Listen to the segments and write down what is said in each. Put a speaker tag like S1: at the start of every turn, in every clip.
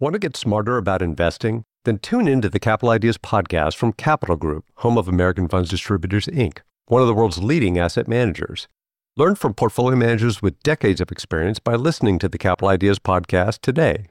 S1: Want to get smarter about investing? Then tune in to the Capital Ideas podcast from Capital Group, home of American Funds Distributors, Inc., one of the world's leading asset managers. Learn from portfolio managers with decades of experience by listening to the Capital Ideas podcast today.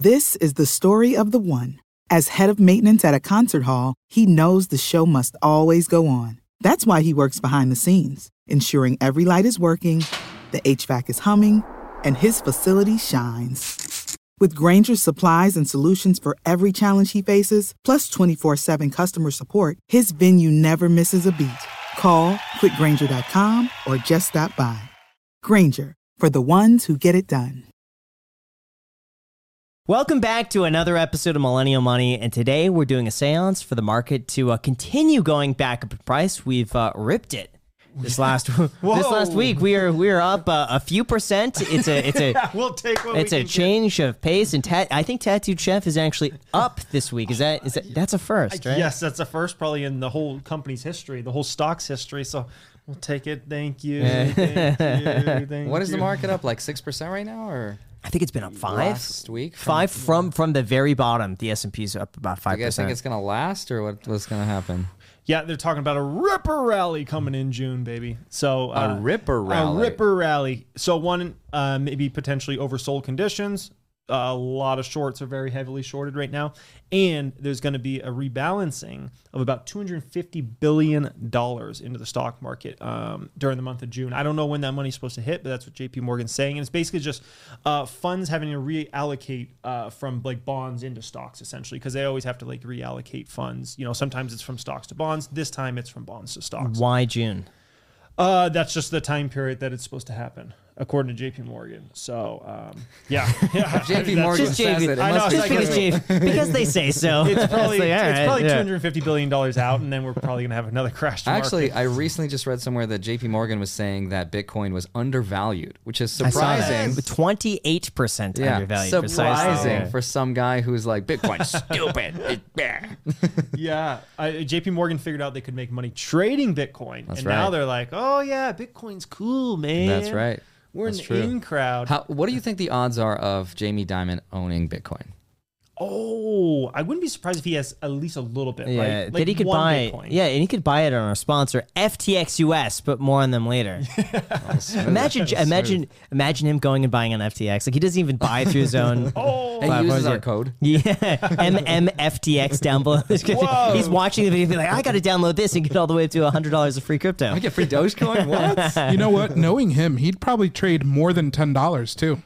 S2: This is the story of the one. As head of maintenance at a concert hall, he knows the show must always go on. That's why he works behind the scenes, ensuring every light is working, the HVAC is humming, and his facility shines. With Granger's supplies and solutions for every challenge he faces, plus 24 7 customer support, his venue never misses a beat. Call quickgranger.com or just stop by. Granger, for the ones who get it done.
S3: Welcome back to another episode of Millennial Money, and today we're doing a seance for the market to uh, continue going back up in price. We've uh, ripped it this last this last week. We are we are up uh, a few percent. It's a it's a
S4: We'll take what
S3: it's
S4: we
S3: a
S4: can
S3: change of pace, and tat- I think Tattooed Chef is actually up this week. Is that is that that's a first,
S4: get.
S3: right?
S4: Yes, that's the first probably in the whole company's history, the whole stock's history. So we'll take it. Thank you. Thank you. Thank
S5: What is the
S4: you.
S5: market up? Like six percent right now, or
S3: I think it's been up five
S5: last week? From-
S3: five from from the very bottom. The S and P's up about
S5: You
S3: five
S5: guys think it's
S3: percent.
S5: gonna last, or what, what's gonna happen?
S4: Yeah, they're talking about a ripper rally coming in June, baby. So uh,
S5: ripper rally.
S4: A ripper rally. So one, uh, maybe potentially oversold conditions. a lot of shorts are very heavily shorted right now, and there's going to be a rebalancing of about 250 billion dollars into the stock market um, during the month of June. I don't know when that money's supposed to hit, but that's what J.P. Morgan's saying, and it's basically just uh, funds having to reallocate uh, from like bonds into stocks essentially because they always have to like reallocate funds. You know, sometimes it's from stocks to bonds. This time it's from bonds to stocks.
S3: Why June?
S4: Uh, that's just the time period that it's supposed to happen, according to JP Morgan. So, um, yeah. yeah.
S5: JP Morgan
S3: Just
S5: says
S3: JV.
S5: it. it
S4: I know,
S5: must
S4: it's
S5: be
S3: Just
S4: like
S5: true.
S3: because, Jay- because they say so.
S4: It's probably,
S3: like, all
S4: it's
S3: right,
S4: probably
S3: yeah.
S4: $250 billion out, and then we're probably going to have another crash. tomorrow.
S5: Actually, I recently just read somewhere that JP Morgan was saying that Bitcoin was undervalued, which is
S3: I saw
S5: surprising.
S3: that. Twenty-eight percent
S5: Yeah,
S3: undervalued.
S5: surprising
S3: Precisely.
S5: for some guy who's like Bitcoin stupid. It's bad."
S4: yeah. I, JP Morgan figured out they could make money trading Bitcoin. and now
S5: right.
S4: they're like, oh, yeah, Bitcoin's cool, man.
S5: That's right.
S4: We're
S5: That's
S4: in
S5: true.
S4: the in crowd.
S5: How, what do you think the odds are of Jamie Dimon owning Bitcoin?
S4: oh, I wouldn't be surprised if he has at least a little bit,
S3: Yeah,
S4: right?
S3: that he could
S4: one
S3: buy.
S4: Bitcoin.
S3: Yeah, and he could buy it on our sponsor FTX US, but more on them later. imagine, imagine, imagine him going and buying on FTX. Like he doesn't even buy through his own.
S4: Oh,
S5: And he uses
S3: platforms,
S5: our
S3: yeah.
S5: code.
S3: Yeah, MMFTX down below.
S4: Whoa.
S3: He's watching the video, be like, I got to download this and get all the way up to hundred dollars of free crypto.
S5: I get free Dogecoin. What?
S6: You know what? Knowing him, he'd probably trade more than ten dollars too.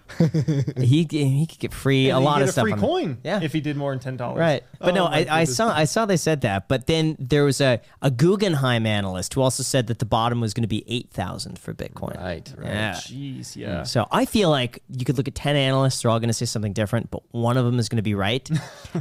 S3: He he could get free a
S4: and he'd
S3: lot
S4: get
S3: of stuff.
S4: free
S3: on it.
S4: coin
S3: Yeah.
S4: if he did more than $10.
S3: Right. But
S4: Oh
S3: no,
S4: my
S3: I, I
S4: goodness.
S3: saw I saw they said that, but then there was a, a Guggenheim analyst who also said that the bottom was going to be 8,000 for Bitcoin.
S5: Right, right.
S3: Yeah.
S4: Jeez, yeah.
S3: So I feel like you could look at 10 analysts, they're all going to say something different, but one of them is going to be right.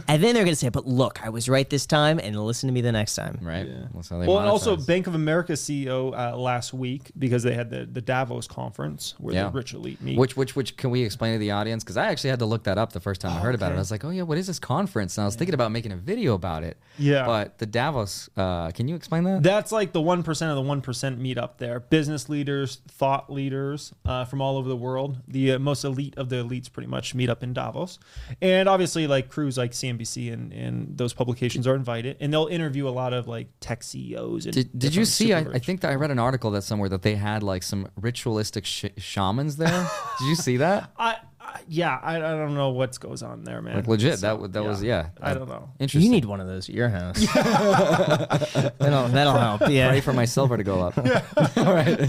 S3: and then they're going to say, but look, I was right this time and listen to me the next time.
S5: Right. That's how they
S4: Well, and also
S5: monetize.
S4: Bank of America CEO uh, last week because they had the, the Davos conference where
S5: Yeah.
S4: the rich elite meet.
S5: Which, which, which can we explain to the audience? Because I actually had to look that up the first time I heard about it. I was like, oh, yeah, what is this conference? And I was thinking about making a video about it.
S4: Yeah.
S5: But the Davos, uh, can you explain that?
S4: that's like the one percent of the one percent meet up there. Business leaders, thought leaders uh, from all over the world, the uh, most elite of the elites, pretty much meet up in Davos, and obviously like crews like CNBC and, and those publications are invited, and they'll interview a lot of like tech CEOs. And
S5: Did, did you
S4: different
S5: see? I,
S4: super
S5: I
S4: rich-
S5: think that I read an article that somewhere that they had like some ritualistic sh- shamans there. did you see that?
S4: I, I yeah, I, I don't know what goes on there, man.
S5: Like legit, that w- that was yeah.
S4: I don't know.
S5: Interesting.
S3: You need one of those at your house. that'll, that'll help. Yeah.
S5: pray for my silver to go up.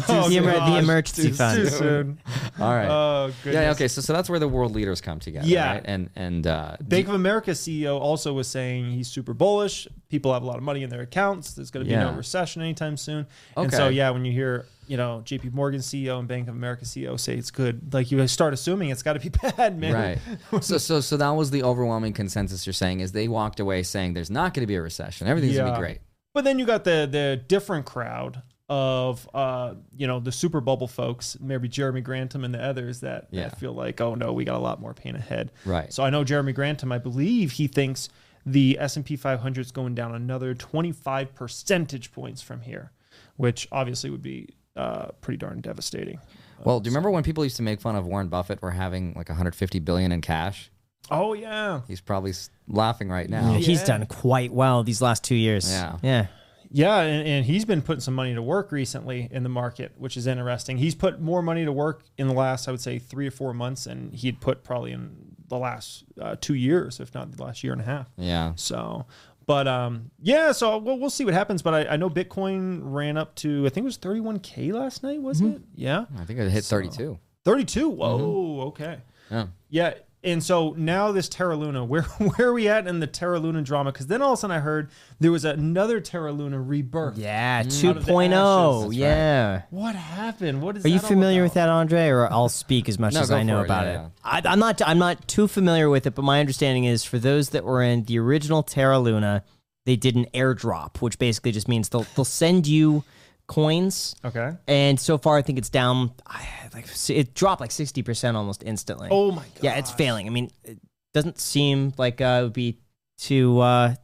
S4: Oh,
S3: the, emer- the
S4: gosh.
S3: emergency
S4: Too
S3: fund.
S4: soon.
S5: All right.
S4: Oh, goodness.
S5: yeah. Okay. So so that's where the world leaders come together.
S4: Yeah.
S5: Right? And and uh, d-
S4: Bank of America CEO also was saying he's super bullish. People have a lot of money in their accounts. There's going to be
S5: Yeah.
S4: no recession anytime soon. And so,
S5: Okay.
S4: yeah, when you hear, you know, JP Morgan CEO and Bank of America CEO say it's good, like you start assuming it's got to be bad, man.
S5: right. so so so that was the overwhelming consensus. You're saying is they walked away saying there's not going to be a recession. Everything's gonna
S4: Yeah.
S5: be great.
S4: But then you got the the different crowd of uh you know the super bubble folks maybe jeremy grantham and the others that,
S5: Yeah.
S4: that feel like oh no we got a lot more pain ahead
S5: Right.
S4: so i know jeremy grantham i believe he thinks the s&p 500 is going down another 25 percentage points from here which obviously would be uh pretty darn devastating
S5: Well, do you remember when people used to make fun of Warren Buffett for having like 150 billion in cash?
S4: Oh yeah,
S5: He's probably s- laughing right now.
S3: Oh, He's done quite well these last two years.
S5: Yeah.
S3: Yeah.
S4: yeah, and, and he's been putting some money to work recently in the market, which is interesting. He's put more money to work in the last, I would say, three or four months, and he'd put probably in the last uh, two years, if not the last year and a half.
S5: Yeah.
S4: So, but um, yeah. So we'll, we'll see what happens. But I, I know Bitcoin ran up to I think it was 31k last night, was it? Yeah,
S5: Mm-hmm. I think it hit 32.
S4: 32. Whoa, okay.
S5: Yeah.
S4: Yeah. And so now this Terra Luna, where where are we at in the Terra Luna drama? Because then all of a sudden I heard there was another Terra Luna rebirth.
S3: Yeah.
S4: Out of the
S3: 2.0.
S4: ashes, that's
S3: yeah.
S4: What happened? What is?
S3: Are you
S4: that all
S3: familiar
S4: about?
S3: with that, Andre? Or I'll speak as much
S5: No,
S3: as
S5: go
S3: I know
S5: for it,
S3: about
S5: yeah,
S3: it. I, I'm not. I'm not too familiar with it, but my understanding is for those that were in the original Terra Luna, they did an airdrop, which basically just means they'll they'll send you coins.
S4: Okay.
S3: And so far, I think it's down. I Like it dropped like sixty percent almost instantly.
S4: Oh my god.
S3: yeah, it's failing. I mean, it doesn't seem like uh, it would be too. Uh,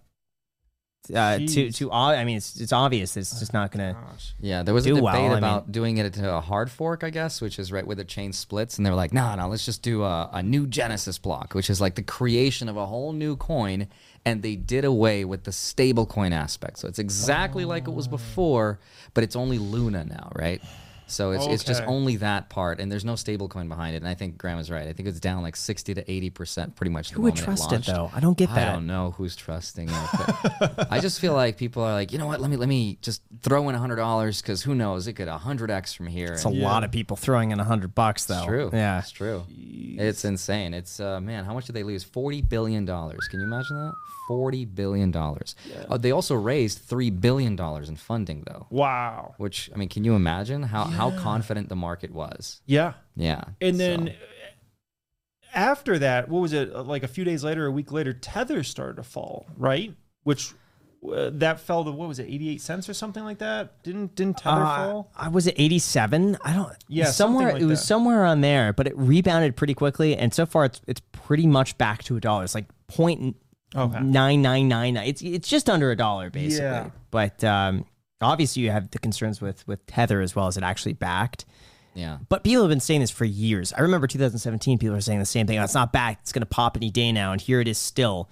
S3: uh, too
S4: Jeez.
S3: too. ob- I mean, it's it's obvious. It's just not gonna.
S4: Gosh.
S5: Yeah, there was a
S3: Do
S5: debate
S3: well, I mean-
S5: about doing it to a hard fork, I guess, which is right where the chain splits, and they were like, "No, no, let's just do a, a new Genesis block, which is like the creation of a whole new coin." And they did away with the stable coin aspect, so it's exactly like it was
S3: Oh.
S5: before, but it's only Luna now, right? So it's it's just
S4: Okay.
S5: only that part, and there's no stable coin behind it. And I think Graham is right. I think it's down like sixty to eighty percent, pretty much.
S3: Who would trust it though? I don't get that.
S5: I don't know who's trusting it. But I just feel like people are like, you know what? Let me let me just throw in hundred dollars because who knows? It could hundred x from here.
S3: It's a lot of people throwing in a hundred bucks, though.
S5: It's true.
S3: Yeah.
S5: it's true. It's insane. It's uh, man, how much did they lose? Forty billion dollars. Can you imagine that? Forty billion dollars. Oh, they also raised three billion dollars in funding though.
S4: Wow.
S5: Which I mean, can you imagine how how confident the market was?
S4: Yeah.
S5: Yeah.
S4: And
S5: so-
S4: then uh, after that, what was it? uh, Like a few days later, a week later, Tether started to fall, right? Which uh, that fell to what was it, eighty-eight cents or something like that? Didn't didn't Tether
S3: Uh,
S4: fall?
S3: I was at 87. I don't.
S4: Yeah, something
S3: somewhere
S4: like
S3: it was
S4: that.
S3: somewhere on there, but it rebounded pretty quickly, and so far it's it's pretty much back to a dollar. It's like point
S4: Okay.
S3: nine nine nine nine. It's it's just under a dollar basically.
S4: Yeah.
S3: But um, obviously you have the concerns with with tether as well as it actually backed.
S5: yeah.
S3: But people have been saying this for years. I remember 2017, people were saying the same thing. Oh, it's not back. It's going to pop any day now. And here it is still.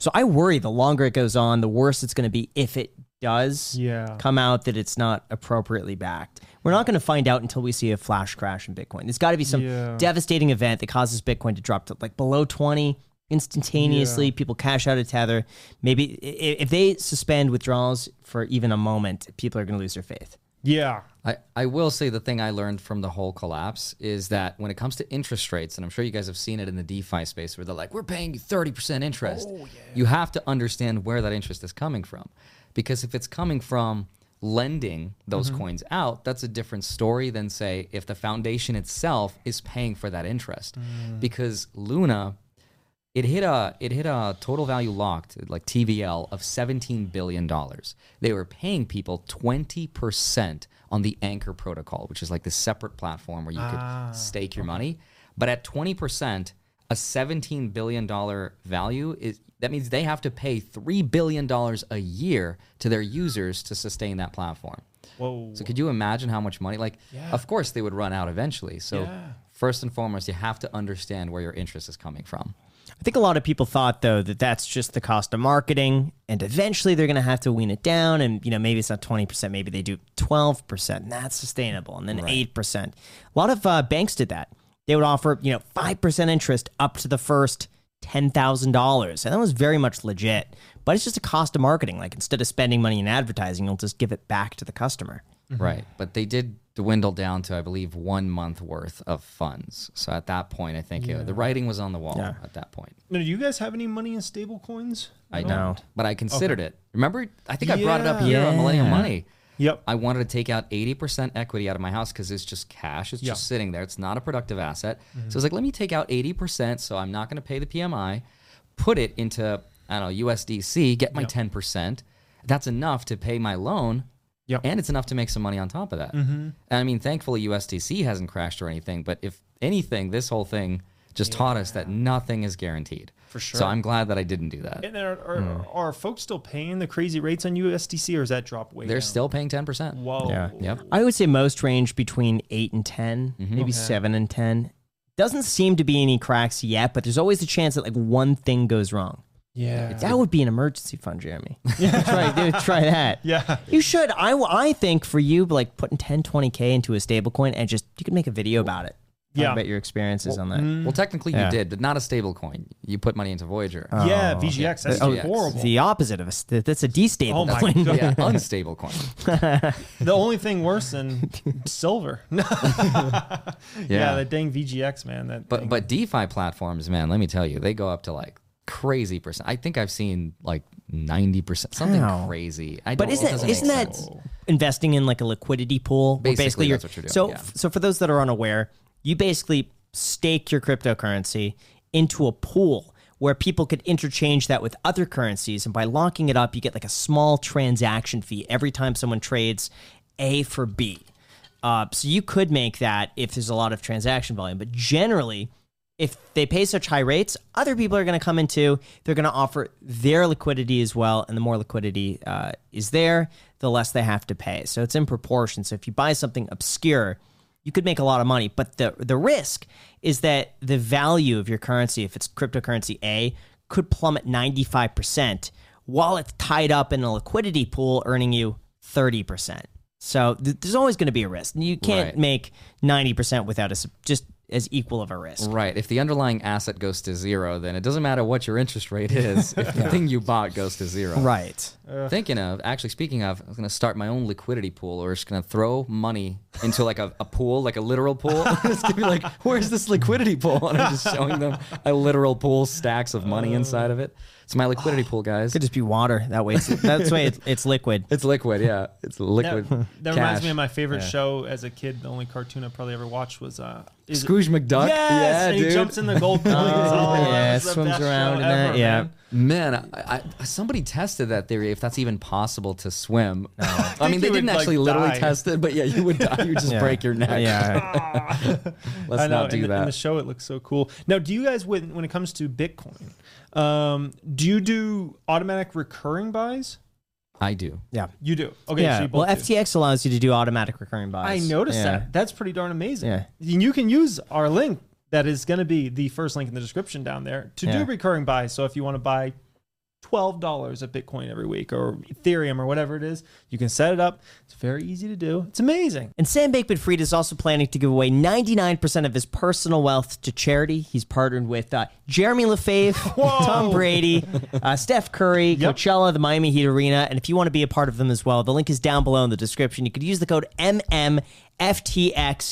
S3: So I worry the longer it goes on, the worse it's going to be if it does
S4: Yeah.
S3: come out that it's not appropriately backed. We're not going to find out until we see a flash crash in Bitcoin. There's got to be some
S4: Yeah.
S3: devastating event that causes Bitcoin to drop to like below 20 instantaneously. People cash out a tether. Maybe i- if they suspend withdrawals for even a moment, people are going to lose their faith.
S4: Yeah.
S5: I, I will say the thing I learned from the whole collapse is that when it comes to interest rates, and I'm sure you guys have seen it in the DeFi space where they're like, we're paying you 30% interest. You have to understand where that interest is coming from. Because if it's coming from lending those coins out, that's a different story than, say, if the foundation itself is paying for that interest. Because Luna, it hit a it hit a total value locked like TVL of 17 billion dollars. They were paying people 20% on the Anchor protocol, which is like this separate platform where you could stake your money, but at 20% a 17 billion dollar value is that means they have to pay 3 billion dollars a year to their users to sustain that platform.
S4: Whoa.
S5: So could you imagine how much money? Like, of course they would run out eventually. So first and foremost, you have to understand where your interest is coming from.
S3: I think a lot of people thought though that that's just the cost of marketing, and eventually they're going to have to wean it down, and you know maybe it's not twenty percent, maybe they do twelve percent, and that's sustainable, and then eight percent. A lot of uh, banks did that. They would offer you know five percent interest up to the first ten thousand dollars, and that was very much legit. But it's just a cost of marketing. Like instead of spending money in advertising, you'll just give it back to the customer.
S5: Right. But they did dwindle down to, I believe, one month worth of funds. So at that point, I think uh, the writing was on the wall at that point.
S4: Now, do you guys have any money in stable coins?
S5: I
S3: No.
S5: don't. But I considered it. Remember, I think I brought it up here on
S3: Yeah.
S5: Millennial Money.
S4: Yep.
S5: I wanted to take out 80% equity out of my house because it's just cash. It's just sitting there. It's not a productive asset. So I was like, let me take out 80%. So I'm not going to pay the PMI, put it into, I don't know, USDC, get my 10%. That's enough to pay my loan.
S4: Yep.
S5: And it's enough to make some money on top of that. And I mean, thankfully, USDC hasn't crashed or anything. But if anything, this whole thing just taught us that nothing is guaguaranteed. For sure. So I'm glad that I didn't do that.
S4: And then are, are, are folks still paying the crazy rates on USDC, or has that dropped way?
S5: They're
S4: down?
S5: still paying 10%.
S4: Whoa.
S3: Yeah.
S5: Yep.
S4: Mm-hmm.
S3: I would say most range between eight and 10 maybe seven and ten. Doesn't seem to be any cracks yet, but there's always a chance that like one thing goes wrong.
S4: Yeah.
S3: That would be an emergency fund, Jeremy. try, dude, try that.
S4: Yeah.
S3: You should. I, I think for you, like putting 10, 20K into a stablecoin and just, you could make a video about it. Talk
S4: Yeah. mm,
S3: About your experiences on that.
S5: Well, technically
S3: Yeah. Uh-huh.
S5: you did, but not a stable coin. You put money into Voyager.
S4: yeah, VGX. That's
S5: Oh, yeah.
S4: horrible.
S3: The opposite of a, st- that's a destable
S4: Oh my
S3: coin.
S4: God.
S5: yeah, unstable coin.
S4: the only thing worse than silver. yeah.
S5: Yeah.
S4: that dang VGX, man. That
S5: But
S4: thing.
S5: but DeFi platforms, man, let me tell you, they go up to like crazy percent. I think I've seen like ninety percent, something
S3: Wow.
S5: crazy. I
S3: But
S5: don't-
S3: isn't that,
S5: doesn't make
S3: isn't that
S5: sense.
S3: investing in like a liquidity pool? where
S5: Basically,
S3: you're,
S5: that's what you're doing,
S3: So,
S5: yeah.
S3: so for those that are unaware, you basically stake your cryptocurrency into a pool where people could interchange that with other currencies, and by locking it up, you get like a small transaction fee every time someone trades A for B. Uh, so you could make that if there's a lot of transaction volume, but generally. If they pay such high rates, other people are going to come in too. They're going to offer their liquidity as well. And the more liquidity uh, is there, the less they have to pay. So it's in proportion. So if you buy something obscure, you could make a lot of money, but the the risk is that the value of your currency, if it's cryptocurrency A, could plummet ninety five percent while it's tied up in a liquidity pool, earning you thirty percent. So th- there's always going to be a risk, and you can't
S5: Right.
S3: make ninety percent without a s- just as equal of a risk.
S5: Right. If the underlying asset goes to zero, then it doesn't matter what your interest rate is. if the thing you bought goes to zero.
S3: Right.
S5: Thinking of, actually speaking of, I was going to start my own liquidity pool or just going to throw money into like a, a pool, like a literal pool. it's going to be like, where's this liquidity pool? And I'm just showing them a literal pool, stacks of
S4: Uh,
S5: money inside of it. It's my liquidity pool, guys.
S3: Could just be water. That way, it's, that's way it's, it's liquid.
S5: It's liquid, yeah. It's liquid.
S4: that, that reminds
S5: cash.
S4: me of my favorite show as a kid. The only cartoon I probably ever watched was uh, is it-
S5: Scrooge McDuck.
S4: Yes,
S5: yeah,
S4: and
S5: dude.
S4: he jumps in the gold coins. oh, that
S3: yeah,
S4: was the
S3: swims
S4: best show
S3: around in that,
S4: ever,
S3: yeah.
S4: man.
S5: Man, I, I, somebody tested that theory if that's even possible to swim. I
S4: you
S5: mean, they
S4: would,
S5: didn't
S4: like,
S5: actually literally
S4: die.
S5: test it, but yeah, you would die. You would just
S3: Yeah.
S5: break your neck.
S3: Yeah.
S5: Let's
S4: I know.
S5: not do
S4: in, The, in
S5: that.
S4: the show, it looks so cool. Now, do you guys, when when it comes to Bitcoin, um, do you do automatic recurring buys?
S5: I do.
S3: yeah.
S4: You do. Okay. So
S3: Yeah.
S4: you both
S3: Well,
S4: do.
S3: FTX allows you to do automatic recurring
S4: I
S3: buys.
S4: noticed
S3: Yeah.
S4: that. That's pretty darn amazing.
S3: Yeah.
S4: And you can use our link that is going to be the first link in the description down there to
S3: Yeah.
S4: do recurring buys. So if you want to buy $12 of Bitcoin every week or Ethereum or whatever it is, you can set it up. It's very easy to do. It's amazing.
S3: And Sam Bankman Fried is also planning to give away 99% of his personal wealth to charity. He's partnered with uh, Jeremy LaFave, Tom Brady, uh, Steph Curry, Coachella, the Miami Heat Arena. And if you want to be a part of them as well, the link is down below in the description. You could use the code MMFTX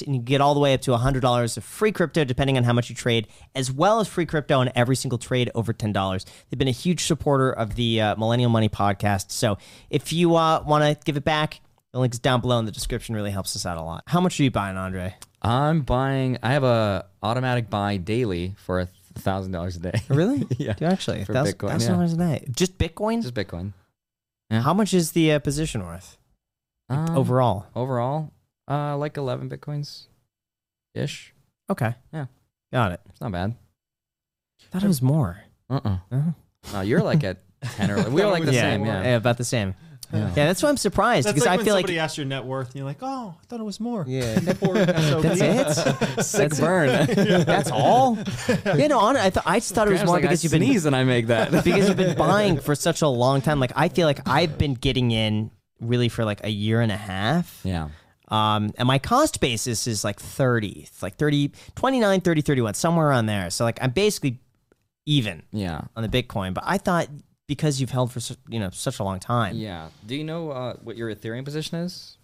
S3: and you can get all the way up to $100 of free crypto, depending on how much you trade, as well as free crypto on every single trade over $10. They've been a huge supporter of the uh, Millennial Money podcast. So if you uh, want to give it back, the link's down below in the description. Really helps us out a lot. How much are you buying, Andre?
S5: I'm buying. I have a automatic buy daily for a thousand dollars a day.
S3: Really?
S5: Yeah.
S3: Dude, actually,
S5: For
S3: that's
S5: Bitcoin,
S3: that's
S5: yeah.
S3: not much that. Just Bitcoin.
S5: Just Bitcoin
S3: How much is the uh, position worth
S5: Um,
S3: overall?
S5: Overall, uh, like eleven bitcoins, ish.
S3: Okay.
S5: yeah.
S3: Got it.
S5: It's not bad.
S3: Thought it was more.
S5: Uh uh
S3: Uh-huh.
S5: No, you're like at ten or we were like the
S3: yeah,
S5: same. Yeah.
S3: about the same.
S5: Yeah.
S3: Yeah, that's why I'm surprised
S4: That's
S3: because
S4: like
S3: I
S4: when
S3: feel
S4: somebody
S3: like
S4: asks your net worth and you're like, oh, I thought it was more.
S3: yeah,
S4: Poor SOB.
S3: that's it.
S5: Sick
S3: That's it.
S5: burn.
S3: That's all. Yeah, no, hon- I, th- I just thought it was
S5: I was
S3: more
S5: like,
S3: because
S5: I
S3: you've been
S5: sneeze and I make that.
S3: because you've been buying for such a long time. Like I feel like I've been getting in really for like a year and a half.
S5: yeah.
S3: Um, and my cost basis is like 30, it's like 30, 29, 30, 31, somewhere around there. So like I'm basically even
S5: Yeah.
S3: on the Bitcoin, but I thought because you've held for su- you know such a long time,
S5: Yeah. Do you know uh, what your Ethereum position is?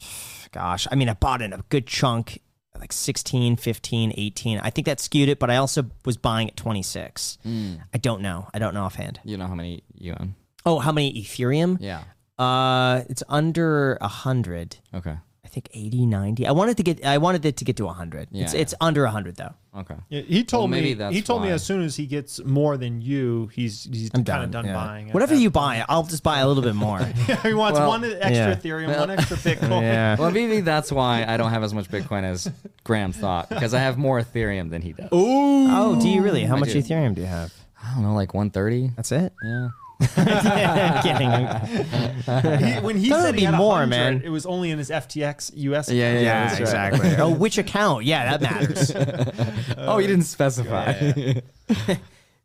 S3: gosh, I mean, I bought in a good chunk like 16, 15, 18. I think that skewed it, but I also was buying at 26.
S5: Mm.
S3: I don't know. I don't know offhand.
S5: You know how many you own?
S3: Oh, how many Ethereum?
S5: Yeah.
S3: Uh, it's under 100.
S5: Okay.
S3: I think 80, 90. I wanted to get I wanted it to get to 100.
S5: Yeah,
S3: it's
S5: yeah.
S3: it's under 100 though.
S5: Okay.
S4: Yeah, he told
S5: Well, maybe
S4: me.
S5: that's
S4: he told me
S5: why.
S4: as soon as he gets more than you, he's he's kind of done
S3: yeah.
S4: buying. at
S3: Whatever
S4: that
S3: you
S4: point.
S3: buy, I'll just buy a little bit more.
S4: he wants
S5: Well,
S4: one extra
S3: yeah.
S4: Ethereum, one extra Bitcoin.
S5: Well, maybe that's why I don't have as much Bitcoin as Graham thought because I have more Ethereum than he does.
S3: Oh, do you really? How much
S5: do.
S3: Ethereum do you have?
S5: I don't know, like 130.
S3: That's it.
S5: Yeah.
S3: I'm kidding.
S4: He- when he
S3: Thought it
S4: said
S3: would
S4: he
S3: be
S4: had
S3: more,
S4: 100,
S3: man.
S4: it was only in his FTX US.
S5: Yeah,
S4: account.
S5: yeah, yeah,
S4: that's right.
S5: exactly.
S3: oh, which account? Yeah, that matters.
S5: oh, you didn't specify.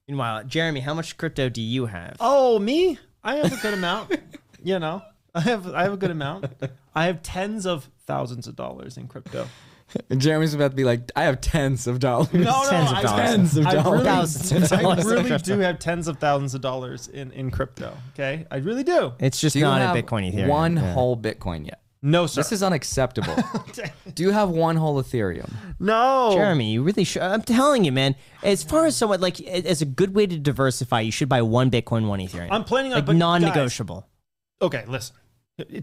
S3: Meanwhile, Jeremy, how much crypto do you have?
S4: Oh, me? I have a good amount. you know, I have I have a good amount. I have tens of thousands of dollars in crypto.
S5: And Jeremy's about to be like, I have tens of dollars.
S4: No, no,
S3: Tens of
S4: I,
S3: dollars.
S5: Tens of
S4: I really-
S5: dollars.
S3: Thousands of dollars
S4: I
S3: in
S4: really
S3: crypto.
S4: do have tens of thousands of dollars in, in crypto. Okay, I really do.
S3: It's just
S5: Do you
S3: not
S5: have
S3: a Bitcoin Ethereum.
S5: one whole Bitcoin yet?
S4: No, sir.
S5: This is unacceptable. Do you have one whole Ethereum?
S4: no.
S3: Jeremy, you really should. I'm telling you, man. As far as someone like a- as a good way to diversify, you should buy one Bitcoin, one Ethereum.
S4: I'm planning on-
S3: like
S4: but guys-
S3: non-negotiable.
S4: Okay, listen.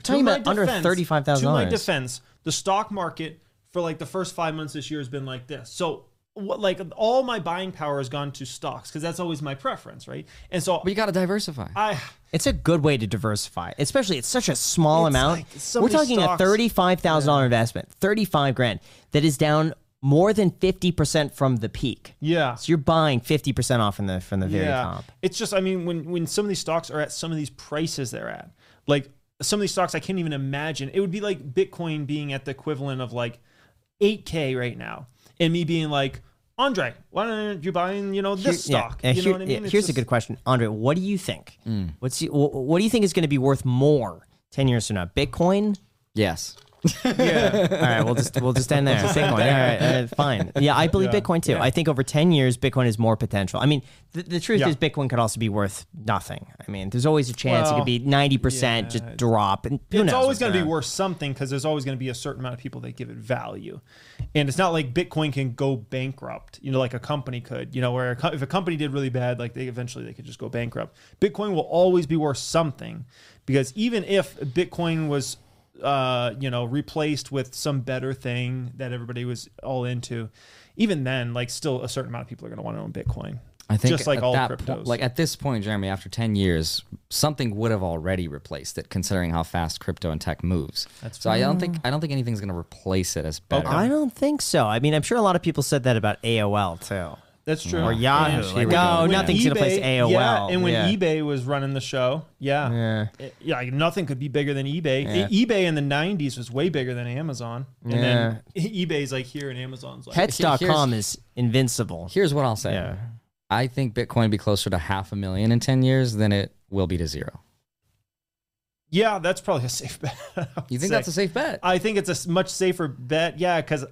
S3: talking
S4: my
S3: about under
S4: defense-
S3: $35,000.
S4: To my defense, the stock market for like the first five months this year has been like this. So, what, like all my buying power has gone to stocks because that's always my preference, right? And so
S5: But you got to diversify.
S4: I
S3: It's a good way to diversify, especially it's such a small
S4: It's
S3: amount.
S4: like so
S3: We're
S4: many
S3: talking
S4: stocks.
S3: a thirty-five thousand thousand dollar investment, thirty-five grand. That is down more than fifty percent from the peak.
S4: yeah.
S3: So you're buying fifty percent off from the from the very top.
S4: It's just, I mean, when when some of these stocks are at some of these prices they're at, like some of these stocks, I can't even imagine. It would be like Bitcoin being at the equivalent of like 8K right now, and me being like, Andre, why don't you buy, you know, this
S3: Here- yeah,
S4: stock?
S3: and
S4: you
S3: here-
S4: know what I mean?
S3: yeah,
S4: It's
S3: here's a
S4: just-
S3: good question, Andre. What do you think? What's you, wh- what do you think is going to be worth more ten years from now? Bitcoin.
S5: yes.
S3: All right, we'll just we'll just end there. Bitcoin. All right, uh, fine. Yeah, I believe Bitcoin too. I think over ten years, Bitcoin is more potential. I mean, the, the truth
S4: Yeah.
S3: is, Bitcoin could also be worth nothing. I mean, there's always a chance it
S4: Well,
S3: could be ninety percent just drop, and who
S4: it's
S3: knows
S4: always
S3: what's
S4: going to be
S3: happen.
S4: worth something because there's always going to be a certain amount of people that give it value, and it's not like Bitcoin can go bankrupt. You know, like a company could. You know, where a co- if a company did really bad, like they eventually they could just go bankrupt. Bitcoin will always be worth something because even if Bitcoin was, uh, you know, replaced with some better thing that everybody was all into, even then, like still a certain amount of people are going to want to own Bitcoin.
S5: I think
S4: just like
S5: at
S4: all
S5: that
S4: cryptos,
S5: point- like at this point, Jeremy, after ten years, something would have already replaced it, considering how fast crypto and tech moves. That's so I don't think I don't think anything's going to replace it as better.
S3: I don't think so. I mean, I'm sure a lot of people said that about AOL too.
S4: that's true.
S3: Or Yahoo.
S5: here
S3: Like,
S5: we go.
S3: oh,
S5: When
S3: nothing's going to place AOL.
S4: Yeah, and when
S3: Yeah.
S4: eBay was running the show, yeah,
S3: Yeah.
S4: It- yeah, like, nothing could be bigger than eBay. E- eBay in the '90s was way bigger than Amazon, and then eBay's like here, and Amazon's like
S3: Pets.com is invincible.
S5: Here's what I'll say. I think Bitcoin will be closer to half a million in ten years than it will be to zero.
S4: yeah, that's probably a safe bet.
S5: You think that's a
S4: safe?
S5: safe bet?
S4: I think it's a s- much safer bet. Yeah, because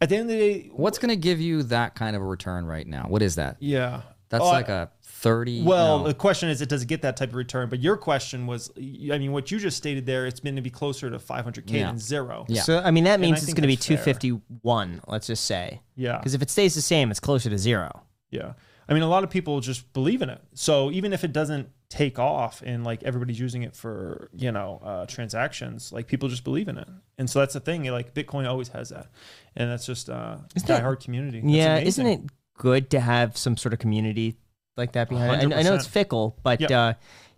S4: at the end of the day,
S5: What's going to give you that kind of a return right now? What is that?
S4: yeah,
S5: That's
S4: Oh, I-
S5: like a thirty.
S4: Well,
S5: no.
S4: the question is, it does get that type of return. But your question was, y- I mean, what you just stated there, it's been to be closer to 500k
S5: Yeah.
S4: than zero.
S5: Yeah.
S3: So I mean that
S4: I
S3: means it's
S4: think
S3: going to be
S4: that's fair.
S3: 251. Let's just say.
S4: yeah.
S3: Because if it stays the same, it's closer to zero.
S4: Yeah. I mean, a lot of people just believe in it. So even if it doesn't take off and like everybody's using it for, you know, uh, transactions, like people just believe in it. And so that's the thing. Like Bitcoin always has that. And that's just uh,
S3: that-
S4: diehard community. That's
S3: yeah,
S4: amazing.
S3: isn't it good to have some sort of community like that behind it? I- I know it's
S4: 100%.
S3: fickle, but
S4: Yep.
S3: uh,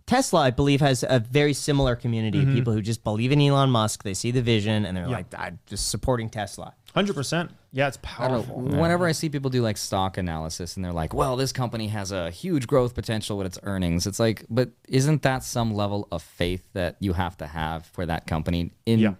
S3: Tesla, I believe, has a very similar community
S4: Mm-hmm.
S3: of people who just believe in Elon Musk. They see the vision and they're like, I'm just supporting Tesla.
S4: 100%. Yeah, it's
S5: I don't know.
S4: powerful.
S5: Whenever I see people do like stock analysis and they're like, well, this company has a huge growth potential with its earnings, it's like, but isn't that some level of faith that you have to have for that company in
S4: Yeah.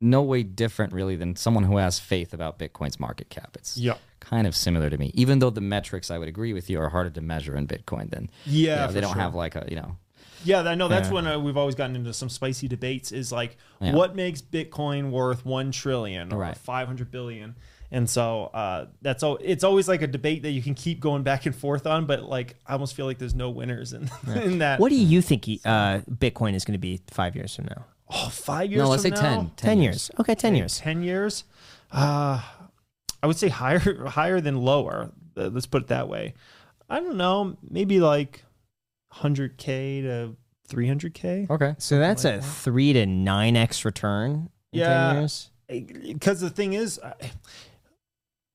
S5: no way different really than someone who has faith about Bitcoin's market cap? It's
S4: Yeah.
S5: kind of similar to me, even though the metrics I would agree with you are harder to measure in Bitcoin than, you
S4: Yeah,
S5: know,
S4: for
S5: they don't
S4: sure.
S5: have like a, you know,
S4: Yeah, I know that's when uh, we've always gotten into some spicy debates is like
S5: Yeah.
S4: what makes Bitcoin worth 1 trillion or
S5: Right.
S4: 500 billion. And so uh, that's all. It's always like a debate that you can keep going back and forth on, but like I almost feel like there's no winners in, in that.
S3: What do you think uh, Bitcoin is going to be five years from now?
S4: Oh, five years.
S5: no, let's say
S4: from
S5: 10,
S4: now?
S5: 10.
S3: 10 years. Okay, 10 years.
S4: Ten years. Uh, I would say higher, higher than lower. Uh, Let's put it that way. I don't know. Maybe like 100k to 300k.
S5: Okay.
S3: So that's a three to nine X return in 10
S4: Yeah.
S3: years.
S4: because the thing is I,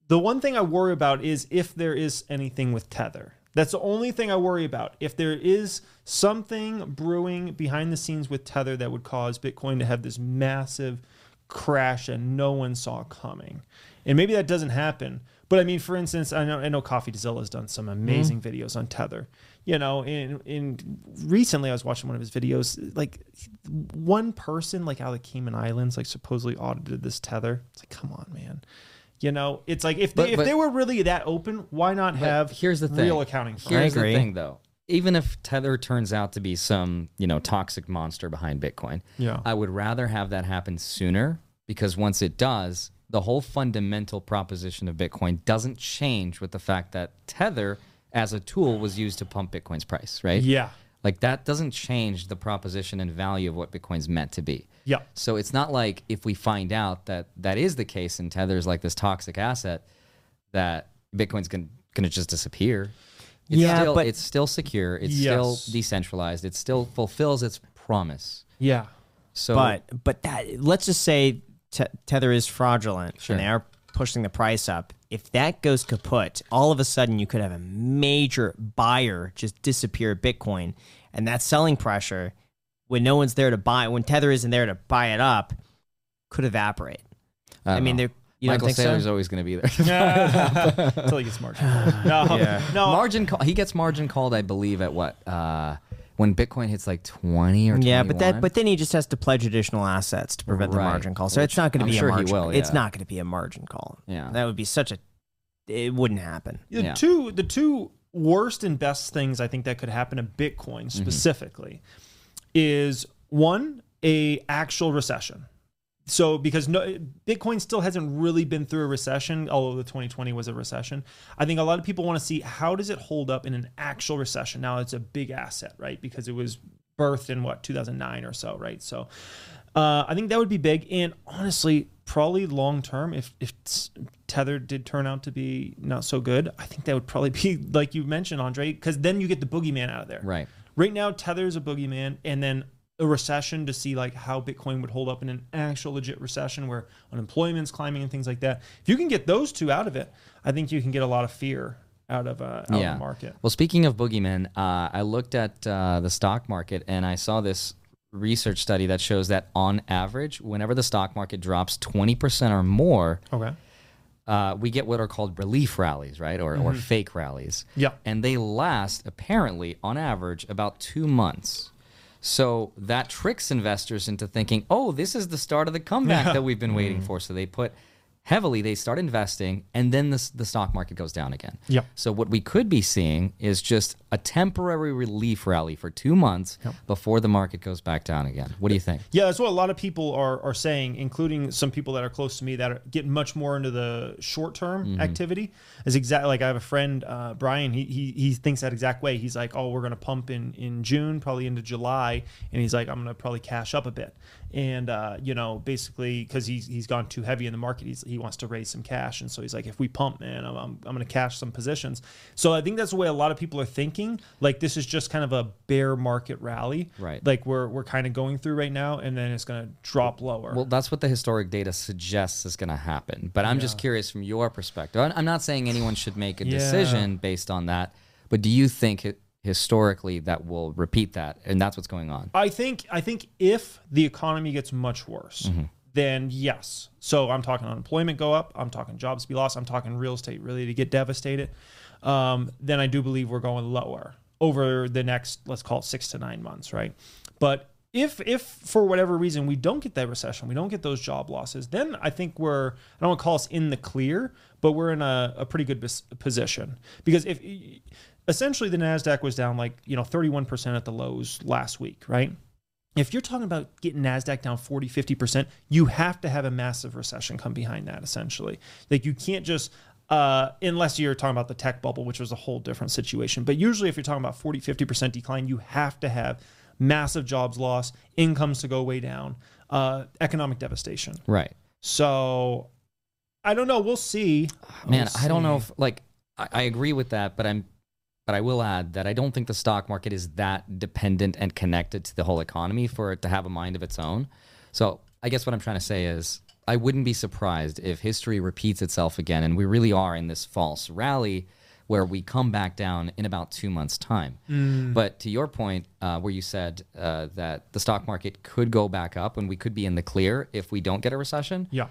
S4: the one thing i worry about is if there is anything with tether that's the only thing i worry about if there is something brewing behind the scenes with tether that would cause bitcoin to have this massive crash and no one saw coming and maybe
S5: Mm-hmm.
S4: that doesn't happen but i mean for instance i know i know coffee Dizilla has done some amazing videos on tether you know, in in recently I was watching one of his videos. Like one person, like out of the Cayman Islands, like supposedly audited this tether. It's like, come on, man. You know, it's like if they,
S5: But-
S4: if
S5: but-
S4: they were really that open, why not
S5: But
S4: have
S5: here's the thing.
S4: real accounting? firm?
S5: Here's
S3: agree.
S5: the thing, though. Even if Tether turns out to be some, you know, toxic monster behind Bitcoin,
S4: Yeah.
S5: I would rather have that happen sooner because once it does, the whole fundamental proposition of Bitcoin doesn't change with the fact that Tether as a tool was used to pump Bitcoin's price, right?
S4: Yeah.
S5: Like that doesn't change the proposition and value of what Bitcoin's meant to be.
S4: Yeah.
S5: So it's not like if we find out that that is the case and Tether's like this toxic asset that Bitcoin's going to just disappear. It's
S3: Yeah,
S5: still,
S3: but-
S5: it's still secure. It's
S4: Yes.
S5: still decentralized. It still fulfills its promise.
S4: Yeah.
S5: So
S3: but but that let's just say te- Tether is fraudulent
S5: Sure.
S3: and they are pushing the price up. If that goes kaput, all of a sudden you could have a major buyer just disappear Bitcoin, and that selling pressure when no one's there to buy, when Tether isn't there to buy it up, could evaporate. I,
S5: don't
S3: mean,
S5: know.
S3: they're you
S5: Michael
S3: don't think
S5: Saylor's
S3: so?
S5: always going to be there.
S4: Until he gets margin. No. No.
S5: margin call. He gets margin called, I believe, at what uh, when Bitcoin hits like twenty or
S3: Yeah, but that
S5: 21?
S3: but then he just has to pledge additional assets to prevent the
S5: Right.
S3: margin call. So
S5: Which
S3: it's not going
S5: I'm
S3: to be
S5: sure
S3: a
S5: he
S3: margin.
S5: will,
S3: It's
S5: yeah.
S3: not going to be a margin call.
S5: Yeah.
S3: that would be such a. It wouldn't happen.
S4: the
S5: Yeah.
S4: two the two worst and best things I think that could happen to Bitcoin specifically is one a actual recession. So because no Bitcoin still hasn't really been through a recession, although the 2020 was a recession. I think a lot of people want to see how does it hold up in an actual recession. Now it's a big asset, right? Because it was birthed in what 2009 or so, right? So uh, I think that would be big. And honestly, probably long term, if if s- Tether did turn out to be not so good, I think that would probably be like you mentioned, Andre, because then you get the boogeyman out of there.
S5: right.
S4: Right now, Tether is a boogeyman, and then a recession to see like how Bitcoin would hold up in an actual legit recession where unemployment's climbing and things like that. If you can get those two out of it, I think you can get a lot of fear out of uh, out of the market.
S5: Well, speaking of boogeymen, uh, I looked at uh, the stock market and I saw this research study that shows that on average, whenever the stock market drops 20% or more,
S4: Okay.
S5: uh, we get what are called relief rallies, right? Or, or fake rallies.
S4: Mm-hmm. Yeah.
S5: And they last, apparently, on average, about two months. So that tricks investors into thinking, oh, this is the start of the comeback that we've been
S4: Mm-hmm.
S5: waiting for. So they put heavily, they start investing, and then the, s- the stock market goes down again.
S4: Yeah.
S5: So what we could be seeing is just a temporary relief rally for two months before the market goes back down again. What do you think?
S4: Yeah, that's what a lot of people are are saying, including some people that are close to me that are, get much more into the short term activity. Is exactly like I have a friend, uh, Brian. He, he he thinks that exact way. He's like, oh, we're gonna pump in in June, probably into July, and he's like, I'm gonna probably cash up a bit, and uh, you know, basically because he's he's gone too heavy in the market, he's, he wants to raise some cash, and so he's like, if we pump, man, I'm I'm, I'm gonna cash some positions. So I think that's the way a lot of people are thinking. Like this is just kind of a bear market rally,
S5: Right.
S4: Like like we're we're kind of going through right now, and then it's going to drop lower.
S5: Well, that's what the historic data suggests is going to happen. But I'm just curious from your perspective. I- I'm not saying anyone should make a
S4: Yeah.
S5: decision based on that, but do you think it, historically that will repeat that? And that's what's going on.
S4: I think I think if the economy gets much worse,
S5: Mm-hmm.
S4: then yes. So I'm talking unemployment go up. I'm talking jobs be lost. I'm talking real estate really to get devastated. Um, then I do believe we're going lower over the next let's call it six to nine months, right? But if if for whatever reason we don't get that recession, we don't get those job losses, then I think we're I don't want to call us in the clear, but we're in a, a pretty good bes- position because if essentially the Nasdaq was down like you know 31 percent at the lows last week, right? If you're talking about getting Nasdaq down 40, 50 percent, you have to have a massive recession come behind that. Essentially, like you can't just uh, unless you're talking about the tech bubble, which was a whole different situation. But usually, if you're talking about 40, 50 percent decline, you have to have massive jobs loss, incomes to go way down, uh, economic devastation.
S5: Right.
S4: So I don't know. We'll see.
S5: Man, I don't know if like I, I agree with that, but I'm but I will add that I don't think the stock market is that dependent and connected to the whole economy for it to have a mind of its own. So I guess what I'm trying to say is I wouldn't be surprised if history repeats itself again and we really are in this false rally where we come back down in about two months' time. But to your point, uh, where you said uh, that the stock market could go back up and we could be in the clear if we don't get a recession.
S4: Yeah.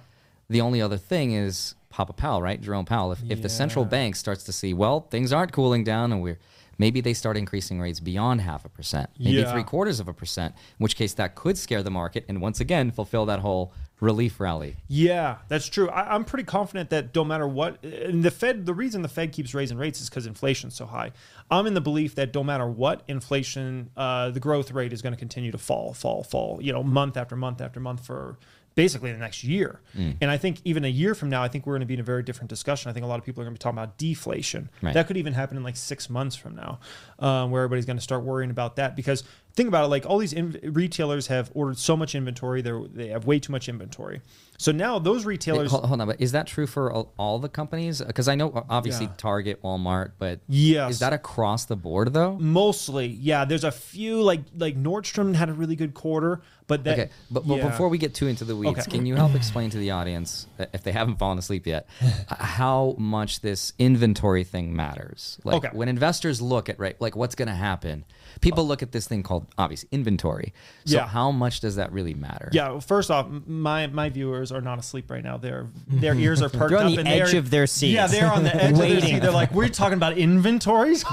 S5: The only other thing is Papa Powell, right? Jerome Powell. If, if the central bank starts to see, well, things aren't cooling down and we're Maybe they start increasing rates beyond half a percent, maybe
S4: Yeah.
S5: three quarters of a percent, in which case that could scare the market and once again fulfill that whole relief rally.
S4: Yeah, that's true. I, I'm pretty confident that no matter what, and the Fed, the reason the Fed keeps raising rates is because inflation's so high. I'm in the belief that no matter what, inflation, uh, the growth rate is going to continue to fall, fall, fall. You know, month after month after month for basically the next year. And I think even a year from now, I think we're going to be in a very different discussion. I think a lot of people are going to be talking about deflation.
S5: Right.
S4: That could even happen in like six months from now, um, where everybody's going to start worrying about that because. Think about it, like all these in- retailers have ordered so much inventory, they they have way too much inventory. So now those retailers,
S5: Hold, hold on, but is that true for all, all the companies? Because I know uh, obviously
S4: Yeah.
S5: Target, Walmart, but
S4: Yes.
S5: is that across the board though?
S4: mostly, yeah. There's a few like like Nordstrom had a really good quarter, but that,
S5: Okay, but, but
S4: Eh, yeah.
S5: before we get too into the weeds,
S4: Okay.
S5: can you help explain to the audience, uh, if they haven't fallen asleep yet, uh, how much this inventory thing matters? Like
S4: Okay.
S5: when investors look at right, like what's going to happen, people look at this thing called obviously inventory. So
S4: Yeah.
S5: how much does that really matter?
S4: yeah. well, First off, m- my my viewers are not asleep right now. Their their ears are perked
S3: They're on
S4: up
S3: the
S4: and
S3: edge
S4: they're,
S3: of their seats.
S4: Yeah, they're on the edge of their
S3: Waiting.
S4: seat. They're like, we're talking about inventories.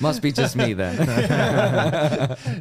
S5: must be just me then.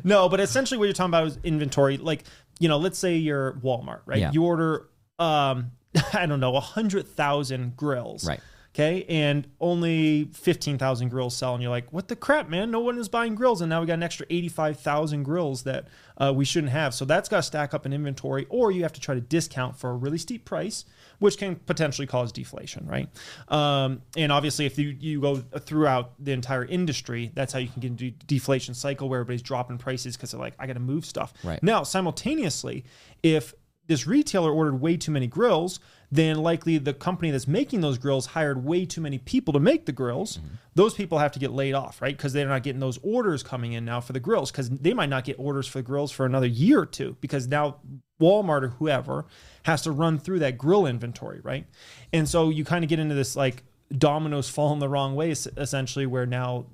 S4: no, but essentially what you're talking about is inventory. Like, you know, let's say you're Walmart, right?
S5: Yeah.
S4: You order, um, I don't know, 100,000 grills.
S5: Right.
S4: Okay. And only 15,000 grills sell. And you're like, what the crap, man? No one is buying grills. And now we got an extra 85,000 grills that uh, we shouldn't have. So that's got to stack up in inventory, or you have to try to discount for a really steep price, which can potentially cause deflation, right? Um, and obviously, if you, you go throughout the entire industry, that's how you can get into deflation cycle where everybody's dropping prices because they're like, I got to move stuff.
S5: Right.
S4: Now, simultaneously, if this retailer ordered way too many grills, then likely the company that's making those grills hired way too many people to make the grills. Those people have to get laid off, right? Because they're not getting those orders coming in now for the grills, because they might not get orders for the grills for another year or two, because now Walmart or whoever has to run through that grill inventory, right? And so you kind of get into this like dominoes falling the wrong way, es- essentially, where now